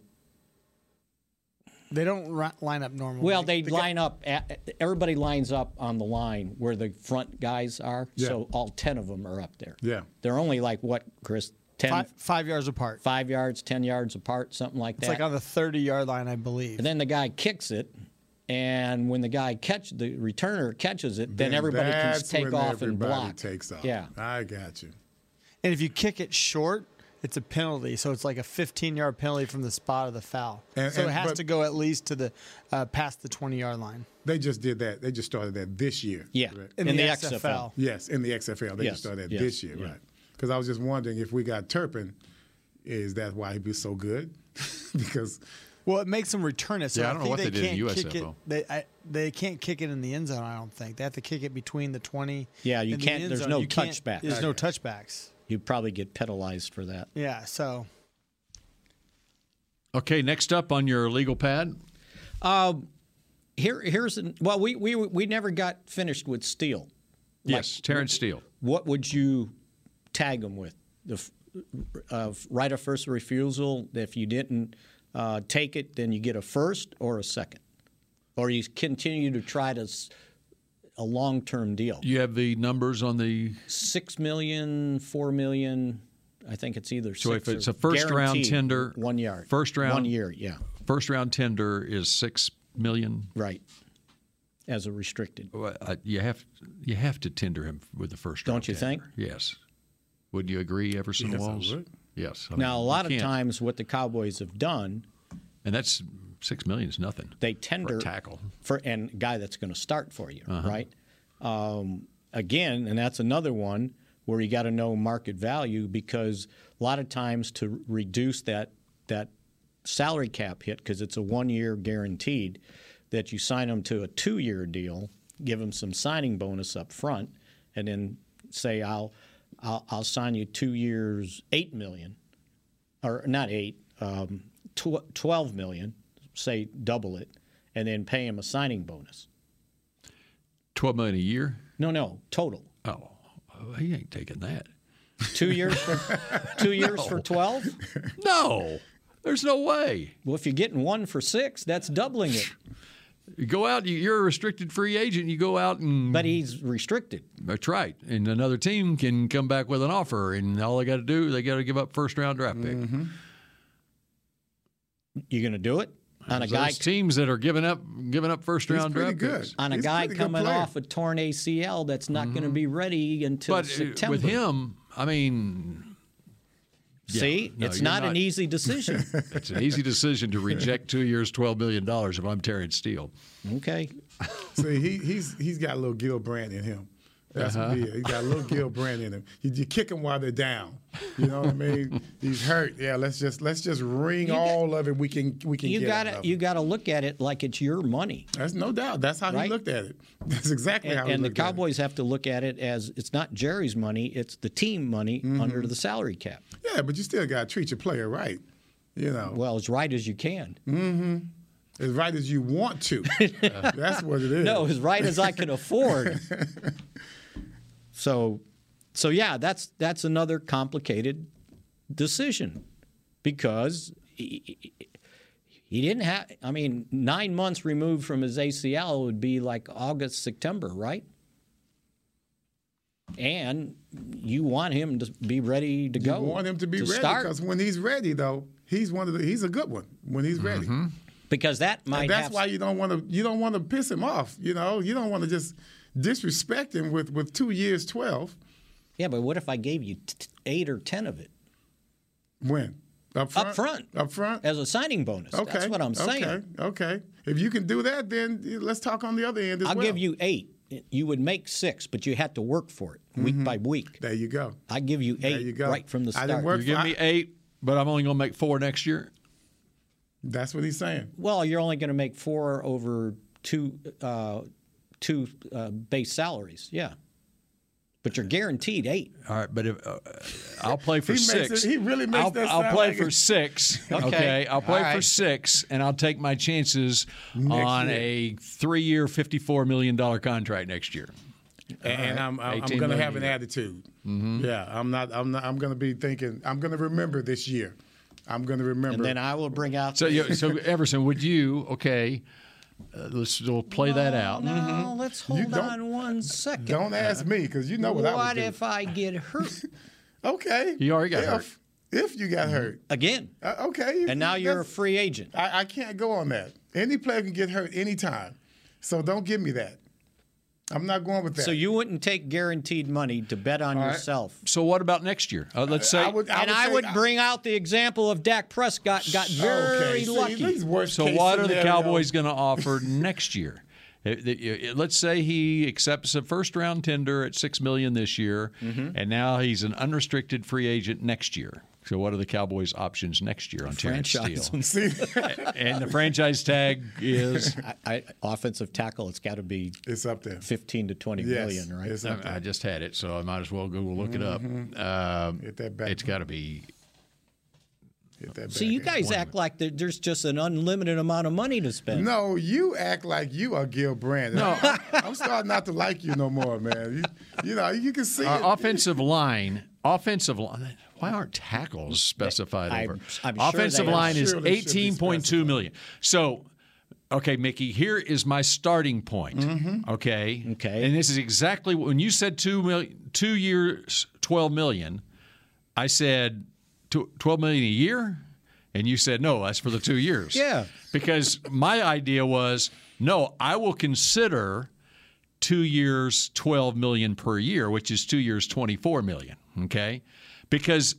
S13: They don't ri- line up normally.
S6: well. They line up. At, everybody lines up on the line where the front guys are.
S13: Yeah.
S6: So all ten of them are up there.
S5: Yeah.
S6: They're only like what, Chris? Ten,
S13: Fi-
S6: five
S13: five yards apart.
S6: yards, ten yards apart, something like
S13: It's
S6: that.
S13: like on the 30 yard line, I believe.
S6: And then the guy kicks it, and when the guy catch the returner catches it, then, everybody can
S5: that's
S6: take
S5: when
S6: off and
S5: everybody
S6: block.
S5: Takes off.
S6: Yeah.
S5: I got you.
S13: And if you kick it short, it's a penalty. So it's like a 15 yard penalty from the spot of the foul.
S5: And-
S13: so
S5: and-
S13: it has
S5: but-
S13: to go at least to the uh, past the 20 yard line.
S5: They just did that. They just started that this year.
S6: Yeah,
S5: correct?
S13: in In the the XFL. XFL.
S5: Yes, in the XFL. They
S6: Yes,
S5: just started that
S6: yes,
S5: this year,
S6: yeah.
S5: right? Because I was just wondering if we got Turpin, is that why he'd be so good? <laughs> because
S13: Well, it makes them return it. So
S5: Yeah, I
S13: I,
S5: don't know
S13: think
S5: what
S13: they,
S5: they did in
S13: can't kick it.
S5: USFL.
S13: They I, they can't kick it in the end zone. I don't think they have to kick it between the twenty.
S6: Yeah, you
S13: and the
S6: can't-
S13: end
S6: there's
S13: zone.
S6: no
S13: You can't-
S6: touchback.
S13: There's no touchbacks.
S6: You probably get penalized for that.
S13: Yeah. So
S4: Okay, next up on your legal pad.
S6: Um, here, here's an, well, we, we we never got finished with Steele.
S4: Yes, Terrence Steele.
S6: What would you tag him with? The f- uh, right of first refusal. If you didn't uh, take it, then you get a first or a second, or you continue to try to s- a long term deal.
S4: You have the numbers on the.
S6: Six million, four million. I think it's either.
S4: So
S6: six
S4: if it's
S6: or-
S4: a first round
S6: guaranteed
S4: tender,
S6: one yard.
S4: First round,
S6: one year. Yeah,
S4: First round tender is six million.
S6: Right. As a restricted.
S4: you have you have to tender him with the first.
S6: Don't
S4: round
S6: you
S4: tender. Yes. Would you agree, Everson
S6: Yes, I
S4: Walls?
S6: would.
S4: Yes. I mean,
S6: Now, a
S4: you
S6: lot of
S4: can't-
S6: times, what the Cowboys have done,
S4: and that's six million is nothing.
S6: They tender
S4: tackle
S6: for and a guy that's going to start for you,
S4: Uh-huh.
S6: right? Um, again, and that's another one where you got to know market value because a lot of times to reduce that that salary cap hit because it's a one year guaranteed that you sign them to a two year deal, give them some signing bonus up front, and then say I'll I'll, I'll sign you two years eight million or not eight, um, tw- 12 million, say double it, and then pay him a signing bonus.
S4: Twelve million a year.
S6: No, no, total.
S4: Oh, oh, he ain't taking that.
S6: Two years for
S4: <laughs>
S6: two years for
S4: No.
S6: 12?
S4: No, there's no way.
S6: Well, if you're getting one for six, that's doubling it.
S4: You go out. you- You're a restricted free agent. You go out and. But
S6: he's restricted.
S4: That's right. And another team can come back with an offer, and all they got to do, they got to give up first round draft pick.
S6: Mm-hmm. You're going to do it on a
S4: Those
S6: guy
S4: teams that are giving up giving up first round draft picks
S6: on a guy coming off a torn ACL that's not going to be ready until
S4: Mm-hmm. But uh,
S6: September.
S4: with him, I mean, yeah,
S6: See,
S4: no,
S6: it's
S4: you're
S6: not, an easy
S4: <laughs>
S6: decision.
S4: It's an easy decision to reject two years, twelve million dollars. If I'm Terrence Steele,
S6: okay.
S5: See, he, he's he's got a little Gil Brandt in him. That's what he
S4: Uh-huh.
S5: is. He's got a little Gil Brandt in him. You, you kick him while they're down. You know what I mean? He's hurt. Yeah, let's just let's just wring all of it. We can we can
S6: You
S5: get
S6: got
S5: out
S6: to
S5: of it.
S6: you got to look at it like it's your money.
S5: That's no doubt. That's how he
S6: Right?
S5: looked at it. <laughs> That's exactly
S6: and,
S5: how he
S6: and the
S5: looked at it.
S6: Cowboys have to look at it as it's not Jerry's money; it's the team money under the salary cap.
S5: Yeah, but you still got to treat your player right. You know.
S6: Well, as right as you can.
S5: Mm-hmm. As right as you want
S6: <laughs>
S5: to. That's what it is.
S6: No, as right as I can afford. <laughs> So, so yeah, that's that's another complicated decision because he, he- he didn't have. I mean, nine months removed from his ACL would be like August, September, right? And you want him to be ready to
S5: You
S6: go.
S5: want him to be ready
S6: start.
S5: because when he's ready, though, he's one of the he's a good one when he's ready.
S6: Mm-hmm. Because that might
S5: And that's
S6: have-
S5: why you don't want to you don't want to piss him off. You know, you don't want to just disrespect him with with two years twelve.
S6: Yeah, but what if I gave you t- t- eight or ten of it?
S5: When up front?
S6: Up front.
S5: Up front.
S6: As a signing bonus.
S5: Okay,
S6: That's what I'm saying.
S5: Okay, okay. If you can do that, then let's talk on the other end as
S6: I'll
S5: well.
S6: give you eight. You would make six, but you had to work for it week by week.
S5: Mm-hmm. There you go.
S6: I give you eight right from the start.
S4: you give me eight, but I'm only going to make four next year.
S5: That's what he's saying.
S6: Well, you're only going to make four over two uh, two uh, base salaries. Yeah. but you're guaranteed eight.
S4: All right, but if, uh, I'll play for
S6: He makes
S4: six.
S6: it- he really makes
S4: I'll,
S6: that
S4: I'll
S6: sound
S4: play
S6: like
S4: for
S6: it.
S4: six.
S6: <laughs> Okay.
S4: Okay, I'll play
S6: All
S4: for
S6: right.
S4: six, and I'll take my chances
S5: Next
S4: on
S5: year.
S4: a three-year, fifty-four million dollar contract next year.
S5: and I'm I'm, I'm
S4: 18
S5: going to
S4: million
S5: have an
S4: a year.
S5: attitude.
S6: Mm-hmm.
S5: Yeah, I'm not. I'm not. I'm going to be thinking. I'm going to remember this year. I'm going to remember.
S6: And then I will bring out.
S4: So, you,
S6: <laughs>
S4: so Everson, would you? Okay, uh, let's we'll play that out.
S6: No, let's
S5: You
S6: hold
S5: don't-
S6: on one second.
S5: Don't
S4: Uh-huh.
S5: ask me because you know what, I would
S6: What
S5: do.
S6: if I get
S5: <laughs>
S6: hurt?
S5: okay,
S4: You already got
S5: if,
S4: hurt. Mm-hmm.
S5: If you got hurt
S6: again,
S5: Uh, okay,
S6: and now you're a
S5: that's-
S6: free agent.
S5: I, I can't go on that. Any player can get hurt anytime, so don't give me that. I'm not going with that.
S6: So you wouldn't take guaranteed money to bet on
S5: All right.
S6: yourself.
S4: So what about next year? Uh, let's say.
S6: and I would bring out the example of Dak Prescott got very
S5: see,
S6: lucky.
S5: these worst
S4: so
S5: case
S4: what are the
S5: scenario. <laughs>
S4: Cowboys going to offer next year? Uh, the- uh, Let's say he accepts a first round tender at six million this year,
S5: Mm-hmm.
S4: and now he's an unrestricted free agent next year. So what are the Cowboys' options next year on Terrence
S6: Franchise
S4: Steele?
S6: him.
S4: and the
S5: <laughs>
S4: franchise tag is
S6: <laughs> I, I, offensive tackle. It's got to be
S5: it's up there,
S6: fifteen to twenty million, right?
S5: it's
S4: I-
S5: up
S4: I,
S5: there.
S4: just had it, so I might as well Google look
S5: Mm-hmm.
S4: it up. Um,
S5: Hit that back.
S4: It's got to be.
S5: Hit that
S6: See,
S5: back
S6: you
S5: end.
S6: guys act like there- there's just an unlimited amount of money to spend.
S5: No, you act like you are Gil Brand. No, I'm starting not to like you no more, man. You, you know, you can see
S4: Our
S5: it.
S4: Uh, offensive line. Offensive line. Why aren't tackles specified
S6: I'm-
S4: over?
S6: I'm sure
S4: offensive
S6: they are.
S4: line is
S6: Sure they should be
S4: eighteen point two million. So, okay, Mickey, here is my starting point.
S6: Mm-hmm.
S4: Okay. Okay. And this is exactly what- when you said two million, two years, twelve million. I said tw- twelve million a year, and you said no. That's for the two years.
S6: Yeah.
S4: Because my idea was no. I will consider two years 12 million per year which is two years 24 million okay because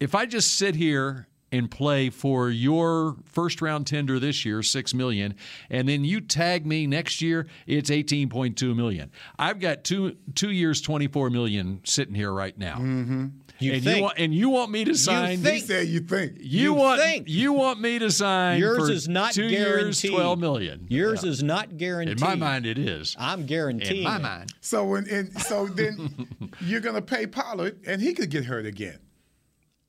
S4: if i just sit here and play for your first round tender this year 6 million and then you tag me next year it's 18.2 million i've got two two years 24 million sitting here right now mm-hmm.
S6: You
S4: and
S6: think.
S4: you want and you want me to sign
S5: He said you think.
S4: you,
S6: You
S4: want
S6: think.
S4: you want me to sign
S6: Yours
S4: for
S6: is not
S4: two years
S6: guaranteed.
S4: 12 million
S6: Yours
S4: Yeah.
S6: is not guaranteed.
S4: in my mind it is
S6: I'm guaranteed.
S4: in my mind
S5: So when and so
S6: <laughs>
S5: then you're gonna pay Pollard, and he could get hurt again.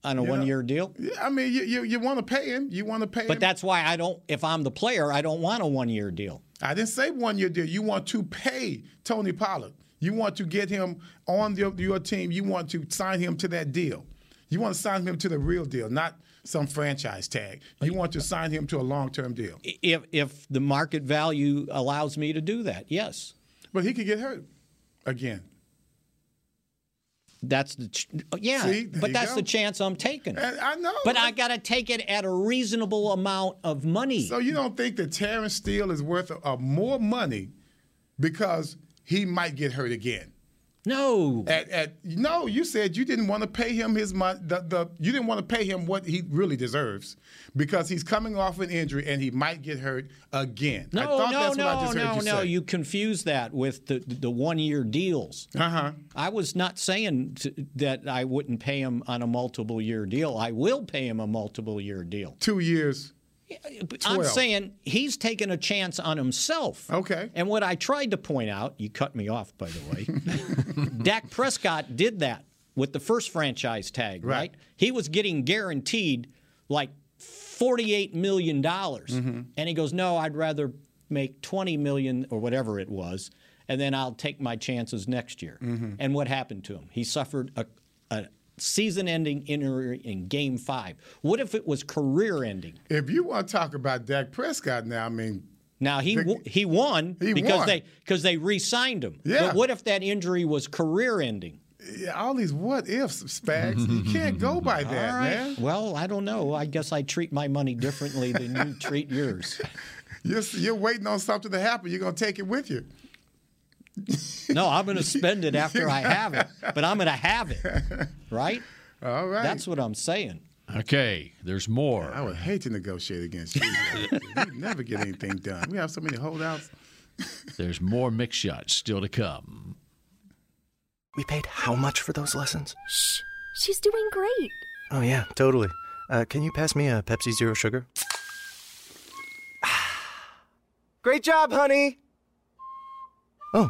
S6: on a
S5: You know-
S6: one-year deal.
S5: Yeah, I mean, you you, you want to pay him? You want to pay him?
S6: But that's why I don't. If I'm the player, I don't want a one-year deal.
S5: I didn't say one year deal. You want to pay Tony Pollard. You want to get him on your, your team. You want to sign him to that deal. You want to sign him to the real deal, not some franchise tag. You want to sign him to a long term deal.
S6: If if the market value allows me to do that, yes.
S5: But he could get hurt again.
S6: That's the ch- yeah,
S5: See, there
S6: but
S5: you
S6: that's
S5: go.
S6: the chance I'm taking.
S5: And I know.
S6: But I got to take it at a reasonable amount of money.
S5: So you don't think that Terrence Steele is worth uh more money because he might get hurt again?
S6: no,
S5: At, at no, you said you didn't want to pay him his money. The, the you didn't want to pay him what he really deserves because he's coming off an injury and he might get hurt again. I
S6: no,
S5: thought
S6: no,
S5: that's what I
S6: no,
S5: just heard
S6: no,
S5: you
S6: no.
S5: say.
S6: You confuse that with the the one-year deals.
S5: Uh huh.
S6: I was not saying t- that I wouldn't pay him on a multiple year deal. I will pay him a multiple year deal.
S5: Two years.
S6: But I'm
S5: 12.
S6: saying he's taking a chance on himself.
S5: Okay.
S6: And what I tried to point out, you cut me off, by the way. Dak Prescott did that with the first franchise tag, right?
S5: Right.
S6: He was getting guaranteed like $48 million. And he goes, No, I'd rather make 20 million or whatever it was, and then I'll take my chances next year. And what happened to him? He suffered a, a season ending injury in game five. What if it was career ending?
S5: If you want to talk about Dak Prescott now, I mean,
S6: Now he
S5: The-
S6: wo- he won
S5: He
S6: because
S5: won.
S6: they because they re-signed him.
S5: Yeah.
S6: But what if that injury was career ending?
S5: yeah, all these what ifs, Spags. you can't go
S6: <laughs>
S5: by that, man.
S6: Well, I don't know. I guess I treat my money differently than you treat yours.
S5: You're, you're waiting on something to happen. You're gonna take it with you.
S6: No, I'm going to spend it after I have it, but I'm going to have
S5: <laughs>
S6: it, right?
S5: All right.
S6: That's what I'm saying.
S4: okay there's more
S5: I would hate to negotiate against you. we never get anything done. We have so many holdouts.
S4: There's more mix shots still to come.
S7: We paid how much for those lessons?
S8: Shh, she's doing great.
S7: Oh, yeah, totally. Uh, can you pass me a Pepsi Zero Sugar? <sighs>
S12: Great job, honey.
S7: Oh.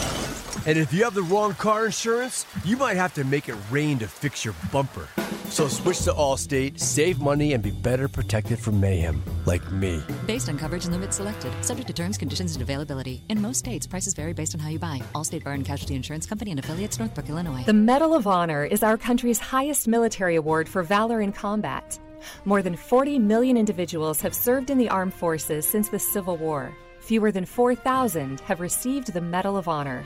S10: And if you have the wrong car insurance, you might have to make it rain to fix your bumper. So switch to Allstate, save money, and be better protected from mayhem, like me.
S11: Based on coverage and limits selected, subject to terms, conditions, and availability. In most states, prices vary based on how you buy. Allstate Bar and Casualty Insurance Company and affiliates, Northbrook, Illinois.
S2: The Medal of Honor is our country's highest military award for valor in combat. More than 40 million individuals have served in the armed forces since the Civil War. Fewer than 4,000 have received the Medal of Honor.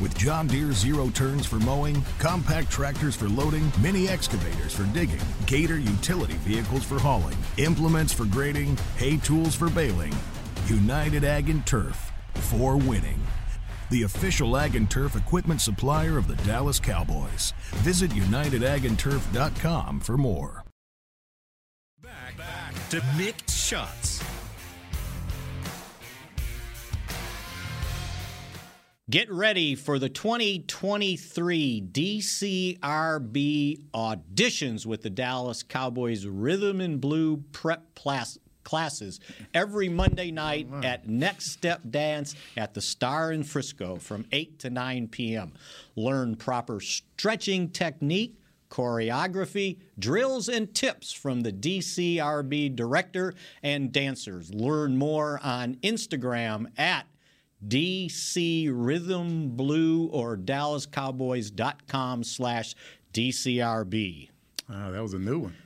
S14: With John Deere zero turns for mowing, compact tractors for loading, mini excavators for digging, Gator utility vehicles for hauling, implements for grading, hay tools for baling, United Ag and Turf for winning. The official Ag and Turf equipment supplier of the Dallas Cowboys. Visit unitedagandturf.com for more.
S3: Back to mixed shots.
S6: Get ready for the 2023 DCRB auditions with the Dallas Cowboys Rhythm and Blue Prep Plas- Classes every Monday night at Next Step Dance at the Star in Frisco from 8 to 9 p.m. Learn proper stretching technique, choreography, drills, and tips from the DCRB director and dancers. Learn more on Instagram at DC Rhythm Blue or DallasCowboys.com slash DCRB.
S5: Wow, Ah, that was a new one.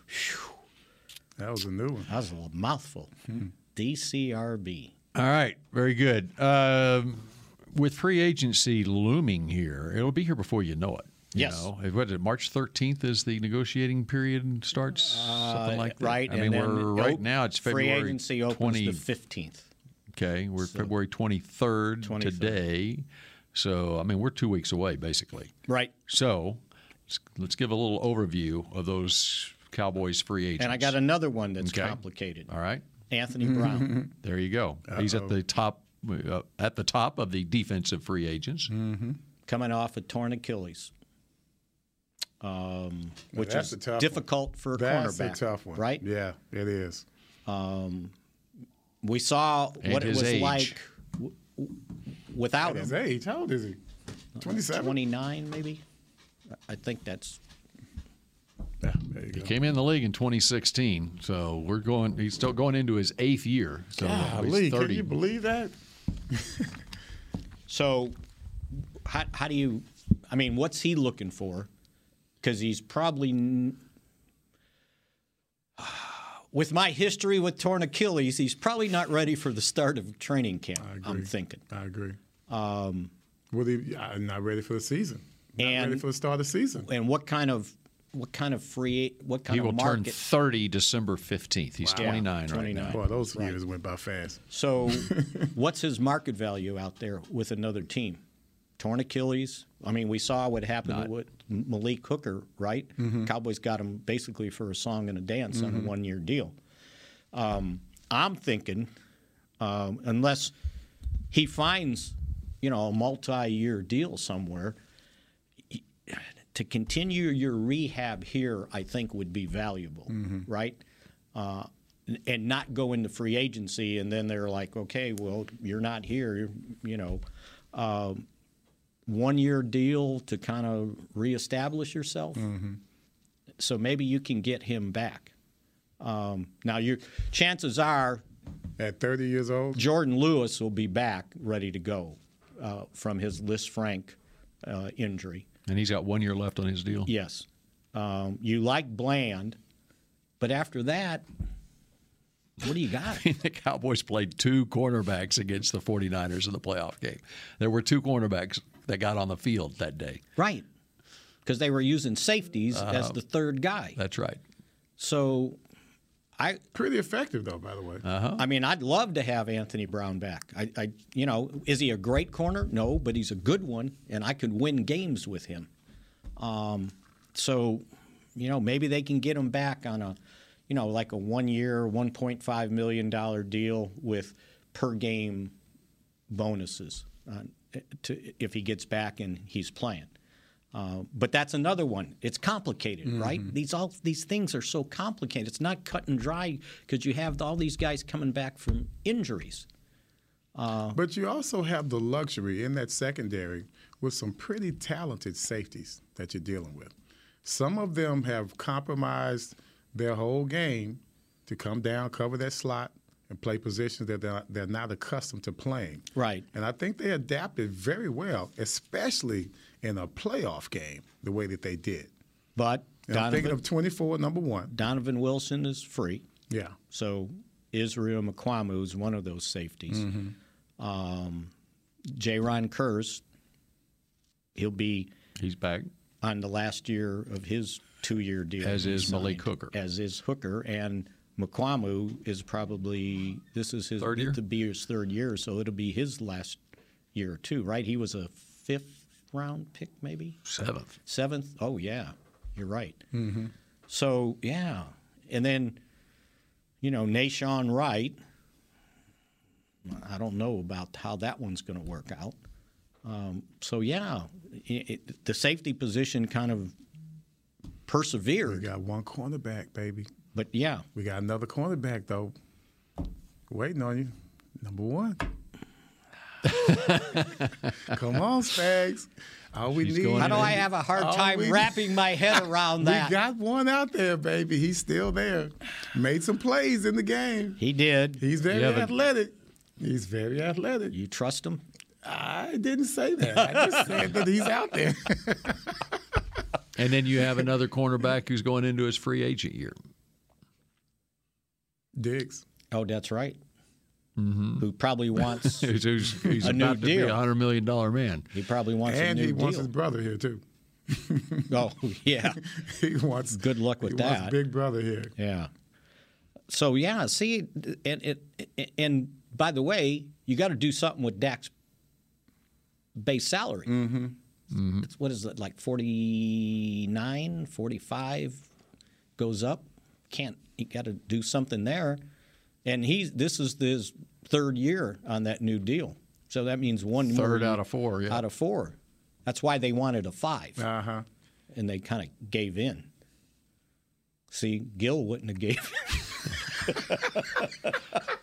S5: That was a new one.
S6: That was a little mouthful.
S4: Hmm.
S6: DCRB.
S4: All right, very good. Um, with free agency looming here, it'll be here before you know it. You
S6: Yes.
S4: Know? What is it, March 13th is the negotiating period starts, something like that.
S6: Right.
S4: I
S6: and
S4: mean,
S6: then
S4: we're
S6: it
S4: Uh, right
S6: op-
S4: now it's February
S6: Free agency opens
S4: 20,
S6: the 15th.
S4: Okay, we're February 23rd, today. So, I mean, we're two weeks away, basically.
S6: Right.
S4: So, let's, let's give a little overview of those Cowboys free agents.
S6: And I got another one that's
S4: Okay.
S6: complicated.
S4: All right. <laughs>
S6: Anthony Brown.
S4: There you go. He's at
S6: Uh-oh.
S4: the top uh, at the top of the defensive free agents.
S6: Coming off a torn Achilles. Um, which
S5: that's
S6: is
S5: a tough one.
S6: difficult for a
S5: That's a
S6: cornerback.
S5: tough one.
S6: Right?
S5: Yeah, it is.
S6: Um, we saw
S5: And
S6: what it
S5: his
S6: was
S5: age.
S6: like w- w- without
S5: At his
S6: him.
S5: age, how old is he? 27?
S6: 29, maybe? I- I think that's
S4: He came in the league in 2016, so we're going. He's still going into his eighth year. So
S5: Golly,
S4: he's 30.
S5: can you believe that?
S6: So, how, how do you? I mean, what's he looking for? Because he's probably n- with my history with torn Achilles, he's probably not ready for the start of training camp. I'm thinking.
S5: I agree.
S6: Um,
S5: Well, he, I'm not ready for the season. Not ready for the start of the season.
S6: And what kind of what kind of free what kind
S4: he
S6: of
S4: will turn
S6: market?
S4: 30 December 15th. He's
S6: Wow.
S4: 29 right now.
S6: 29.
S5: Boy, those years went by fast.
S6: so, what's his market value out there with another team? Torn Achilles. I mean, we saw what happened with Malik Hooker, right?
S15: Mhm.
S6: Cowboys got him basically for a song and a dance on
S15: Mhm.
S6: a one year deal. Um, I'm thinking, um, unless he finds, you know, a multi year deal somewhere, to continue your rehab here, I think would be valuable,
S15: Mhm.
S6: right? Uh, n- and not go into free agency, and then they're like, okay, well, you're not here, you're, you know. Um, one year deal to kind of reestablish yourself. So maybe you can get him back. Um, now, your chances are,
S5: at 30 years old,
S6: Jordan Lewis will be back, ready to go uh, from his Lis Frank uh, injury.
S4: And he's got one year left on his deal.
S6: Yes. Um, you like Bland, but after that, What do you got?
S4: <laughs> the Cowboys played two cornerbacks against the 49ers in the playoff game. There were two cornerbacks that got on the field that day.
S6: Right. Because they were using safeties as
S4: Uh,
S6: the third guy.
S4: That's right.
S6: So I
S5: pretty effective though, by the way.
S4: Uh-huh.
S6: I mean, I'd love to have Anthony Brown back. I, I you know, is he a great corner? No, but he's a good one, and I could win games with him. Um, so, you know, maybe they can get him back on a, you know, like a one-year, one point five million dollar deal with per game bonuses on, to, if he gets back and he's playing. Uh, but that's another one. It's complicated,
S5: Mm-hmm.
S6: right? These all these things are so complicated. It's not cut and dry because you have all these guys coming back from injuries.
S5: but you also have the luxury in that secondary with some pretty talented safeties that you're dealing with. Some of them have compromised their whole game to come down, cover that slot, and play positions that they're, they're not accustomed to playing.
S6: Right.
S5: And I think they adapted very well, especially in a playoff game, the way that they did.
S6: But
S5: And I'm thinking
S6: Donovan-
S5: of 24, number one.
S6: Donovan Wilson is free.
S5: Yeah.
S6: So Israel McQuamu is one of those safeties.
S5: Mhm.
S6: Um, J. Ron Kurz, he'll be
S4: he's back
S6: on the last year of his two-year deal.
S4: As
S6: that he
S4: is Malik
S6: signed. As is Hooker, and McQuamu is probably this is his
S4: Third year?
S6: to be his third year, so it'll be his last year too, right? He was a fifth round pick, maybe
S4: Seventh.
S6: Seventh. Oh yeah, you're right.
S5: Mm-hmm.
S6: So yeah, and then you know Nashawn Wright. I don't know about how that one's going to work out. Um, so yeah, it, it- the safety position kind of persevered.
S5: We got one cornerback, baby.
S6: But yeah,
S5: we got another cornerback though. Waiting on you, number one. <laughs> Come on, Spags. All we
S6: She's
S5: need.
S6: going How do in. I have a hard time wrapping <laughs> my head around that?
S5: Oh, <laughs> We got one out there, baby. He's still there. Made some plays in the game.
S6: He did.
S5: He's very
S6: You have a-
S5: athletic. He's very athletic.
S6: You trust him?
S5: I didn't say that. I
S6: <laughs>
S5: just said that he's out there. <laughs>
S4: And then you have another cornerback who's going into his free agent year.
S5: Diggs.
S6: Oh, that's right. Who probably
S5: <laughs>
S6: wants
S4: He's, he's, he's
S6: a new
S4: about to be
S6: deal?
S4: a hundred million dollar man.
S6: He probably wants
S5: and
S6: a new
S5: he wants
S6: deal.
S5: his brother here too. <laughs>
S6: oh <laughs> yeah,
S5: he wants.
S6: Good luck with
S5: he
S6: that.
S5: wants Big Brother here.
S6: Yeah. So yeah, see, and it, and by the way, you got to do something with Dak's base salary. Mm-hmm. It's, what is it like 49, 45 goes up? Can't you got to do something there? And he's this is his third year on that new deal, so that means one more
S4: Third
S6: year-
S4: out of four, yeah.
S6: out of four. That's why they wanted a five,
S5: uh-huh.
S6: and they kind of gave in. See, Gil wouldn't have gave.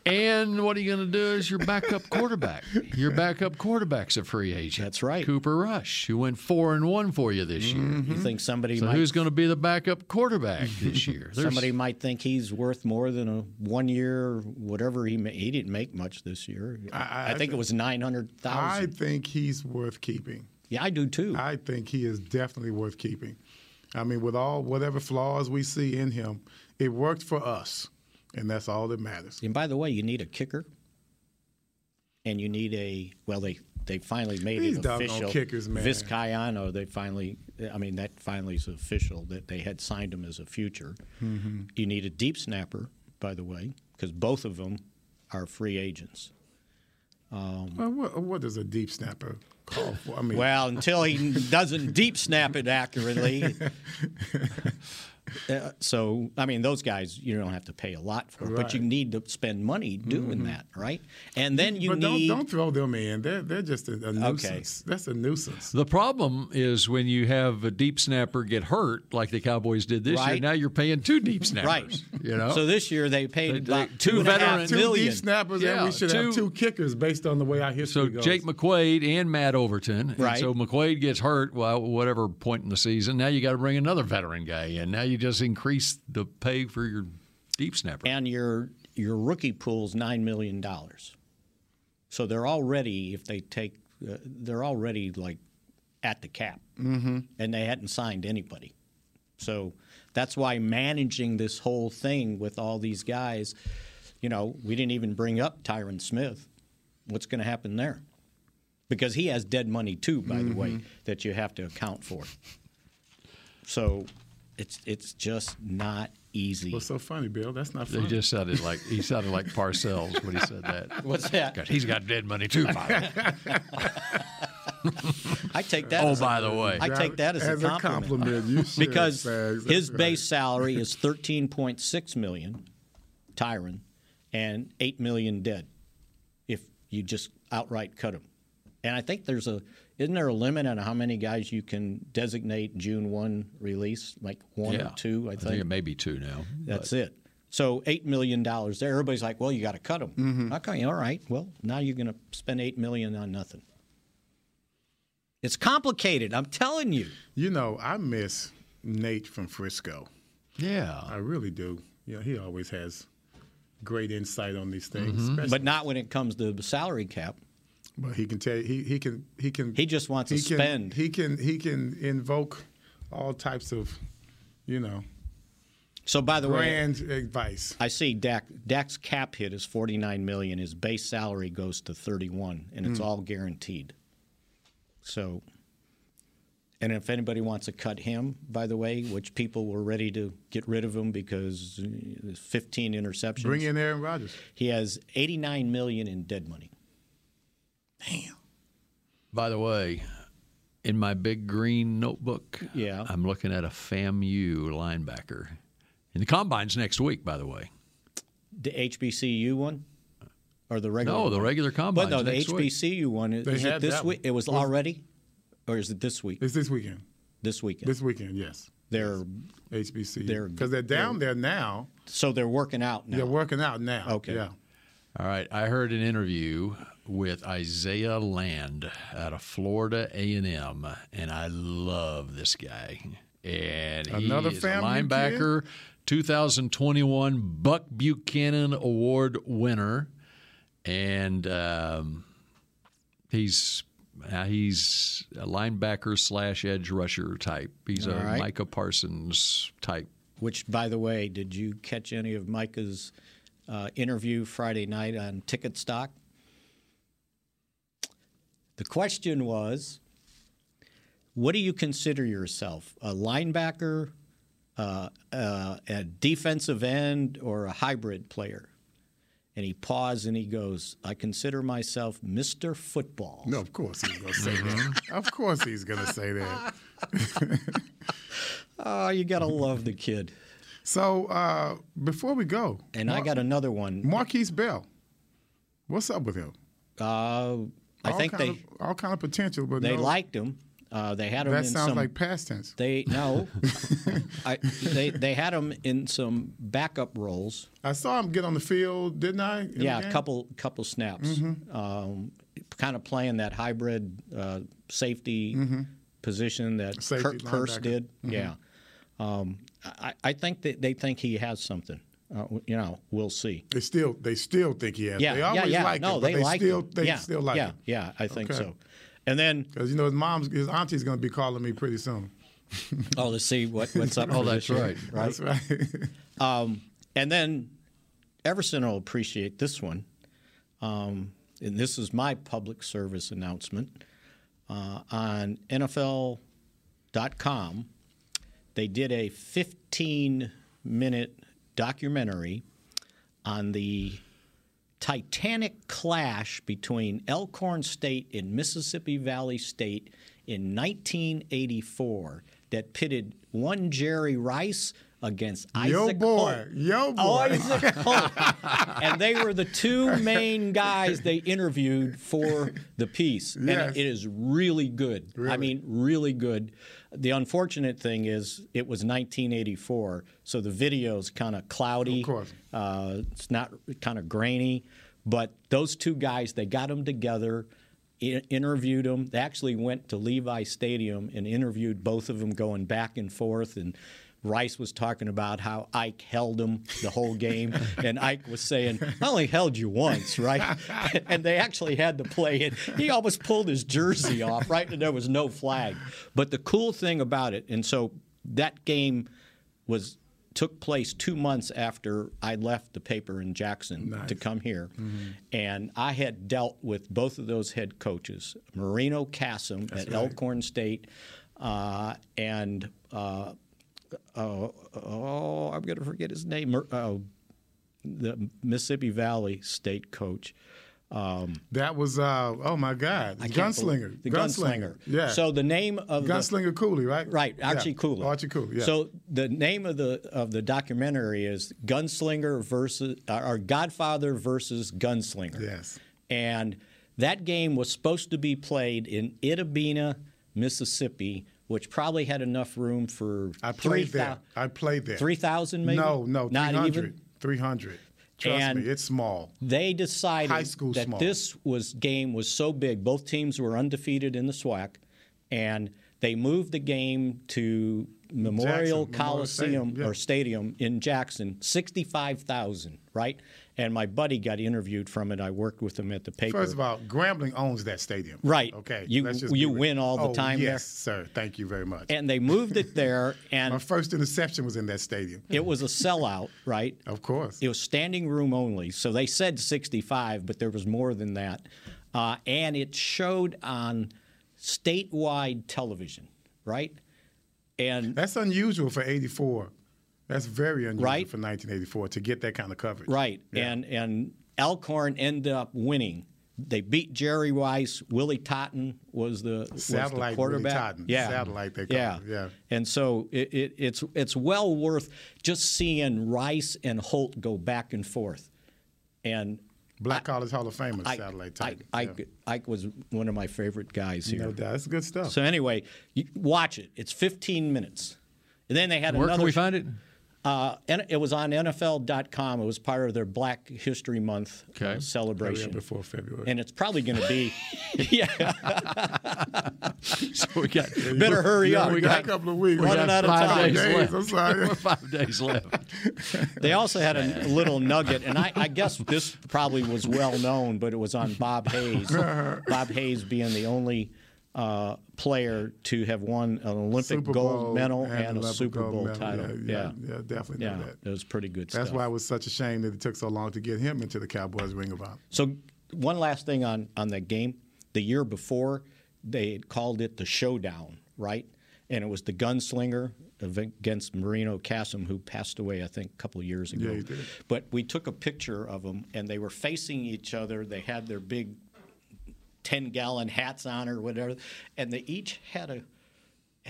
S4: And what are you going to do is your backup quarterback. Your backup quarterback's a free agent. That's
S6: right.
S4: Cooper Rush, who went four and one for you this year.
S6: You think somebody
S4: So
S6: might
S4: who's going to be the backup quarterback this
S6: <laughs>
S4: year? There's-
S6: somebody might think he's worth more than a one year whatever he ma- he didn't make much this year. I,
S5: I
S6: think it was nine hundred
S5: I
S6: thousand.
S5: think he's worth keeping.
S6: Yeah, I do too.
S5: I think he is definitely worth keeping. I mean, with all whatever flaws we see in him, it worked for us, and that's all that matters.
S6: And by the way, you need a kicker, and you need a well they they finally made
S5: These
S6: it
S5: doggone
S6: official.
S5: kickers, man.
S6: Vizcayano, they finally I mean that finally is official that they had signed him as a future.
S5: Mhm.
S6: You need a deep snapper, by the way, because both of them are free agents. Um,
S5: Well, what, what does a deep snapper call for? I mean,
S6: Well,
S5: <laughs>
S6: until he doesn't deep snap it accurately. Uh, so, I mean, those guys you don't have to pay a lot for, but you
S5: Right.
S6: need to spend money doing
S5: Mhm.
S6: that, right? And then you
S5: but
S6: need
S5: don't, don't throw them in. They're they're just a, a nuisance. That's a nuisance.
S4: The problem is when you have a deep snapper get hurt, like the Cowboys did this year.
S6: Right.
S4: Now you're paying two deep snappers.
S6: right.
S4: You know.
S6: So this year they paid
S4: They- they-
S6: about
S4: two
S6: two and a half
S4: veteran- Two deep
S6: million.
S5: Deep snappers, and we should have two kickers based on the way our history
S4: So
S5: goes.
S4: Jake McQuaid and Matt Overton. And
S5: Right.
S4: so McQuaid gets hurt, well, whatever point in the season. Now you got to bring another veteran guy in. Now you just increase the pay for your deep snapper.
S6: and your your rookie pool's nine million dollars. So they're already if they take uh, they're already like at the cap,
S5: Mhm.
S6: and they hadn't signed anybody. So that's why managing this whole thing with all these guys you know, we didn't even bring up Tyron Smith. What's going to happen there? Because he has dead money too, by the way,
S15: Mhm.
S6: that you have to account for. So it's it's just not easy.
S5: What's so funny, Bill? That's not
S4: He
S5: funny.
S4: just sounded like he sounded like Parcells when he
S6: <laughs>
S4: said that.
S6: What's that?
S4: God, he's got dead money too. By the way.
S6: I take that.
S4: Oh,
S6: as a-
S4: by the way.
S6: I take that as,
S5: As
S6: a
S5: a
S6: compliment.
S5: compliment, you should,
S6: because
S5: Spags, that's
S6: his
S5: right.
S6: base salary is thirteen point six million, Tyron, and eight million dead. If you just outright cut him, and I think there's a isn't there a limit on how many guys you can designate June one release, like one
S4: Yeah.
S6: or two? I think.
S4: it may be two now.
S6: That's it. So eight million dollars there. Everybody's like, well, you got to cut them.
S4: Mhm.
S6: Okay, all right. Well, now you're going to spend eight million on nothing. It's complicated. I'm telling you.
S5: You know, I miss Nate from Frisco.
S4: Yeah,
S5: I really do. You know, he always has great insight on these things. especially-
S6: Mm-hmm. But not when it comes to the salary cap.
S5: But he can tell you, he, he can he can
S6: he just wants
S5: he
S6: to
S5: can,
S6: spend.
S5: He can he can invoke all types of, you know,
S6: So by the
S5: grand
S6: way,
S5: advice.
S6: I see Dak Dak's cap hit is 49 million. His base salary goes to 31, and it's
S5: Mm.
S6: all guaranteed. So, and if anybody wants to cut him, by the way, which people were ready to get rid of him because uh, 15 interceptions.
S5: Bring in Aaron Rodgers.
S6: He has 89 million in dead money.
S4: By the way, in my big green notebook, yeah, I'm looking at a FAMU linebacker. And the combine's next week, by the way.
S6: The HBCU one, or the regular?
S4: No, the
S6: one?
S4: regular combine's
S6: But no, the
S4: next week.
S6: HBCU one is,
S5: They
S6: is it
S5: had
S6: this
S5: that
S6: week?
S5: one.
S6: It was
S5: Was-
S6: already, or is it this week?
S5: It's this weekend.
S6: This weekend.
S5: This weekend, yes.
S6: They're
S5: HBC.
S6: they're-
S5: because they're down there now.
S6: So they're working out now.
S5: They're working out now.
S6: Okay.
S5: Yeah.
S4: All right, I heard an interview with Isaiah Land out of Florida A&M, and I love this guy. And he
S5: Another
S4: is a
S5: family kid?
S4: linebacker, 2021 Buck Buchanan Award winner, and um, he's uh, he's a linebacker slash edge rusher type. He's
S6: All
S4: a
S6: right.
S4: Micah Parsons type. <laughs>
S6: Which, by the way, did you catch any of Micah's uh, interview Friday night on Ticket Stock? The question was, what do you consider yourself? A linebacker, uh, uh, a defensive end, or a hybrid player? And he paused and he goes, I consider myself Mr. Football.
S5: No, of course he's gonna say
S6: Mm-hmm.
S5: that. Of course he's gonna say that.
S6: oh, you gotta love the kid.
S5: So uh, before we go,
S6: And I got another one.
S5: Marquise Bell, what's up with him?
S6: Uh, I
S5: All
S6: think
S5: kind
S6: they
S5: of- all kind of potential, but
S6: they
S5: no-
S6: liked him. Uh, they had him.
S5: That
S6: in
S5: sounds
S6: some,
S5: like past tense.
S6: They no,
S5: <laughs>
S6: I, they they had him in some backup roles.
S5: I saw him get on the field, didn't I? in the
S6: yeah, a
S5: game?
S6: couple couple snaps.
S5: Mhm.
S6: Um, kind of playing that hybrid uh, safety
S5: Mhm.
S6: position that
S5: Safety,
S6: Kurt Curse
S5: linebacker.
S6: did.
S5: Mhm.
S6: Yeah, um, I, I think that they think he has something. Uh, you know, we'll see.
S5: They still they still think he has.
S6: Yeah,
S5: they
S6: yeah,
S5: always
S6: yeah.
S5: like
S6: No,
S5: him, but
S6: they
S5: they,
S6: like
S5: still
S6: him.
S5: they
S6: Yeah,
S5: still like
S6: yeah,
S5: him.
S6: yeah, I think so. And then
S5: because you know his mom's his auntie's gonna be calling me pretty soon. <laughs>
S6: <laughs> Oh, to see what, what's up.
S5: Oh,
S6: for
S5: that's
S6: this year,
S5: right. That's right. <laughs>
S6: um, and then Everson will appreciate this one. Um, and this is my public service announcement uh, on NFL.com. They did a 15 minute documentary on the titanic clash between Elkhorn State and Mississippi Valley State in 1984 that pitted one Jerry Rice against
S5: Yo,
S6: Isaac Oh,
S5: boy.
S6: Holt.
S5: Yo, boy.
S6: Isaac Holt. and they were the two main guys they interviewed for the piece.
S5: Yes.
S6: And it is really good. I
S5: Really.
S6: mean, really good. The unfortunate thing is it was 1984, so the video's kind of cloudy. Of course. Uh, it's not kind of grainy. But those two guys, they got them together, i- interviewed them. They actually went to Levi Stadium and interviewed both of them going back and forth. And Rice was talking about how Ike held him the whole game, and Ike was saying, "I only held you once, right?" and they actually had to play it. He almost pulled his jersey off, right? And there was no flag. But the cool thing about it, and so that game was took place two months after I left the paper in Jackson to come here.
S15: Mhm.
S6: And I had dealt with both of those head coaches, Marino Cassim
S15: That's
S6: at
S15: right.
S6: Elkhorn State uh, and, uh, oh, oh, I'm going to forget his name, Mer- uh, the Mississippi Valley State coach. Um,
S5: that was, uh, oh my God,
S6: I can't
S5: Gunslinger.
S6: believe- the Gunslinger.
S5: Yeah.
S6: So the name of the-
S5: Gunslinger Cooley, right?
S6: Right,
S5: Yeah.
S6: Archie Cooley.
S5: Archie Cooley. Yeah.
S6: So the name of the of the documentary is Gunslinger versus uh, or Godfather versus Gunslinger.
S5: Yes.
S6: And that game was supposed to be played in Itabena, Mississippi, which probably had enough room for
S5: I played
S6: 3,000
S5: there. I played there.
S6: 3,000 maybe?
S5: No, no,
S6: Not
S5: 300.
S6: even?
S5: 300. Trust
S6: And
S5: me, it's small.
S6: They decided
S5: High school
S6: that
S5: small.
S6: this was game was so big. Both teams were undefeated in the SWAC, and they moved the game to Memorial
S15: Memorial
S6: Coliseum
S15: Stadium, yeah.
S6: or Stadium in Jackson, sixty-five thousand. Right, and my buddy got interviewed from it. I worked with him at the paper.
S5: First of all, Grambling owns that stadium.
S6: Right.
S5: Okay.
S6: You-
S5: let's just
S6: you
S5: be real.
S6: win all the
S5: Oh,
S6: time there.
S5: Yes, sir. Thank you very much.
S6: and they moved it there,
S5: <laughs>
S6: and
S5: My first interception was in that stadium.
S6: It was a sellout, right?
S5: Of course.
S6: It was standing room only. So they said 65, but there was more than that. Uh, and it showed on statewide television, right? And
S5: that's unusual for 84. That's very unusual
S6: Right.
S5: for 1984 to get that kind of coverage.
S6: Right. And and Elkhorn ended up winning. They beat Jerry Rice. Willie Totten was the, was the
S5: Satellite Willie
S6: quarterback.
S5: Totten.
S6: Yeah.
S5: Satellite they call
S6: yeah.
S5: him. Yeah.
S6: And so it, it, it's it's well worth just seeing Rice and Holt go back and forth. And
S5: Black College Hall of Famer,
S6: Ike,
S5: Satellite
S6: Ike,
S5: Titan.
S6: Ike, Ike was one of my favorite guys here.
S5: No doubt. That's good stuff. <laughs>
S6: So anyway, you watch it. It's 15 minutes. And then they had
S4: Where
S6: another.
S4: can we find it?
S6: Uh, and it was on NFL.com. It was part of their Black History Month uh, celebration.
S5: Hurry up before February.
S6: And it's probably going to be, yeah.
S4: so
S5: <laughs>
S4: we got
S6: Better hurry
S4: yeah,
S6: up.
S4: We got
S6: A couple of weeks. Running out of
S4: five
S6: time.
S4: Days
S6: Days,
S4: left.
S6: I'm <laughs> sorry.
S4: We're five days left.
S6: They also had a little nugget, and I,
S5: <laughs>
S6: I guess this probably was well known, but it was on Bob
S5: <laughs>
S6: Hayes. Bob Hayes being the only uh, player to have won an Olympic
S5: Super Bowl
S6: gold medal
S5: and
S6: and, a
S5: Olympic
S6: Super
S5: gold
S6: Bowl
S5: medal.
S6: title.
S5: Yeah,
S6: Yeah,
S5: yeah, yeah, definitely know
S6: Yeah,
S5: that.
S6: It was pretty good
S5: That's
S6: stuff.
S5: why it was such a shame that it took so long to get him into the Cowboys Ring of Honor.
S6: So, one last thing on on that game. The year before, they had called it the showdown, right? And it was the gunslinger of- against Marino Cassim, who passed away, I think, a couple of years ago.
S5: Yeah, he did.
S6: But we took a picture of them, and they were facing each other. They had their big ten gallon hats on, or whatever, and they each had a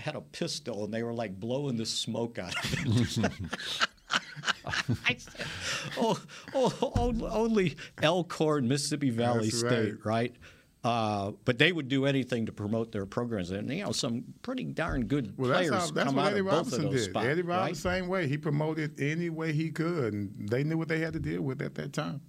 S6: had a pistol, and they were like blowing the smoke out of it. <laughs> I said, oh, oh, oh, only Elkhorn, Mississippi Valley
S15: That's right.
S6: State, right? Uh, but they would do anything to promote their programs, and you know some pretty darn good
S5: Well, that's,
S6: players
S5: how, that's
S6: come
S5: what
S6: out
S5: Eddie
S6: of both of
S5: Robinson
S6: those
S5: did.
S6: spots.
S5: Eddie
S6: right?
S5: Robinson, same way. He promoted any way he could, and they knew what they had to deal with at that time.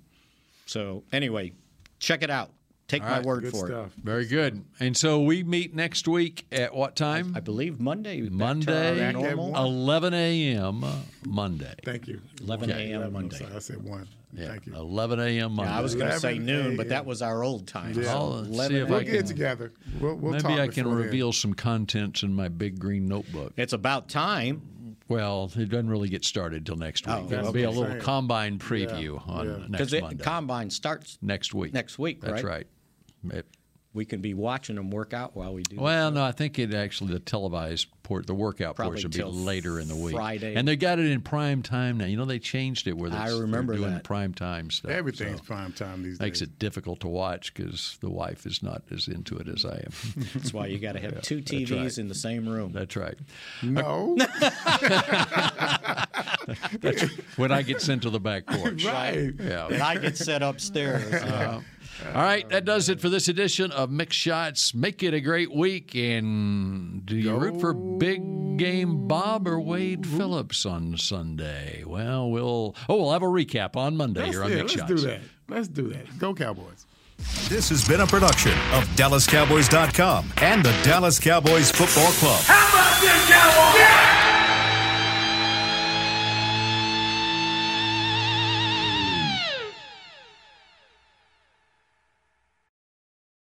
S6: So anyway, check it out. Take
S4: All
S6: my
S4: right,
S6: word
S4: good
S6: for
S4: stuff.
S6: it.
S4: Very good. And so we meet next week at what time?
S6: I, believe Monday.
S4: Monday,
S6: back to our normal.
S4: 11 a.m. Monday.
S5: Thank you.
S6: 11
S4: Okay.
S6: a.m. Monday.
S5: I said one. Thank you.
S4: 11 a.m. Monday.
S6: Yeah, I was going to say noon, but that was our old time.
S4: Yeah.
S6: So
S4: I'll see
S6: 11
S4: if I
S5: We'll
S6: a.m.
S5: get it together. We'll, we'll
S4: Maybe
S5: talk
S4: I can
S5: before then.
S4: reveal some contents in my big green notebook.
S6: It's about time.
S4: Well, it doesn't really get started till next week.
S6: Oh,
S4: It'll
S6: okay.
S4: be a little
S6: Same.
S4: combine preview
S6: Yeah,
S4: on
S6: yeah.
S4: next
S6: 'Cause it-
S4: Monday.
S6: Combine starts
S4: next week.
S6: next week, right?
S4: That's right. It-
S6: We can be watching them work out while we do. this.
S4: well, no, I think it actually the televised port, the workout
S6: Probably
S4: portion,
S6: till
S4: will be later in the week.
S6: Friday.
S4: and they got it in prime time now. You know they changed it where
S6: I
S4: they're
S6: remember
S4: doing
S6: that.
S4: prime time stuff.
S5: Everything's
S4: so
S5: prime time these
S4: makes
S5: days.
S4: it difficult to watch because the wife is not as into it as
S5: <laughs>
S4: I am.
S6: That's why you got to have
S4: <laughs> Yeah,
S6: two
S4: that's
S6: TVs
S4: right.
S6: in the same room.
S4: That's right. <laughs>
S5: No.
S4: That's when I get sent to the back porch.
S5: <laughs> Right.
S4: Yeah.
S6: And I get set upstairs.
S4: <laughs> Uh, all right, that does it for this edition of Mix Shots. Make it a great week, and do you root for big game Bob or Wade Phillips on Sunday? Well, we'll oh, we'll have a recap on Monday
S5: Let's-
S4: here on
S5: yeah,
S4: Mix
S5: let's
S4: Shots.
S5: do that. Let's do that. Go Cowboys.
S1: This has been a production of DallasCowboys.com and the Dallas Cowboys Football Club.
S15: How about this, Cowboys? Yeah!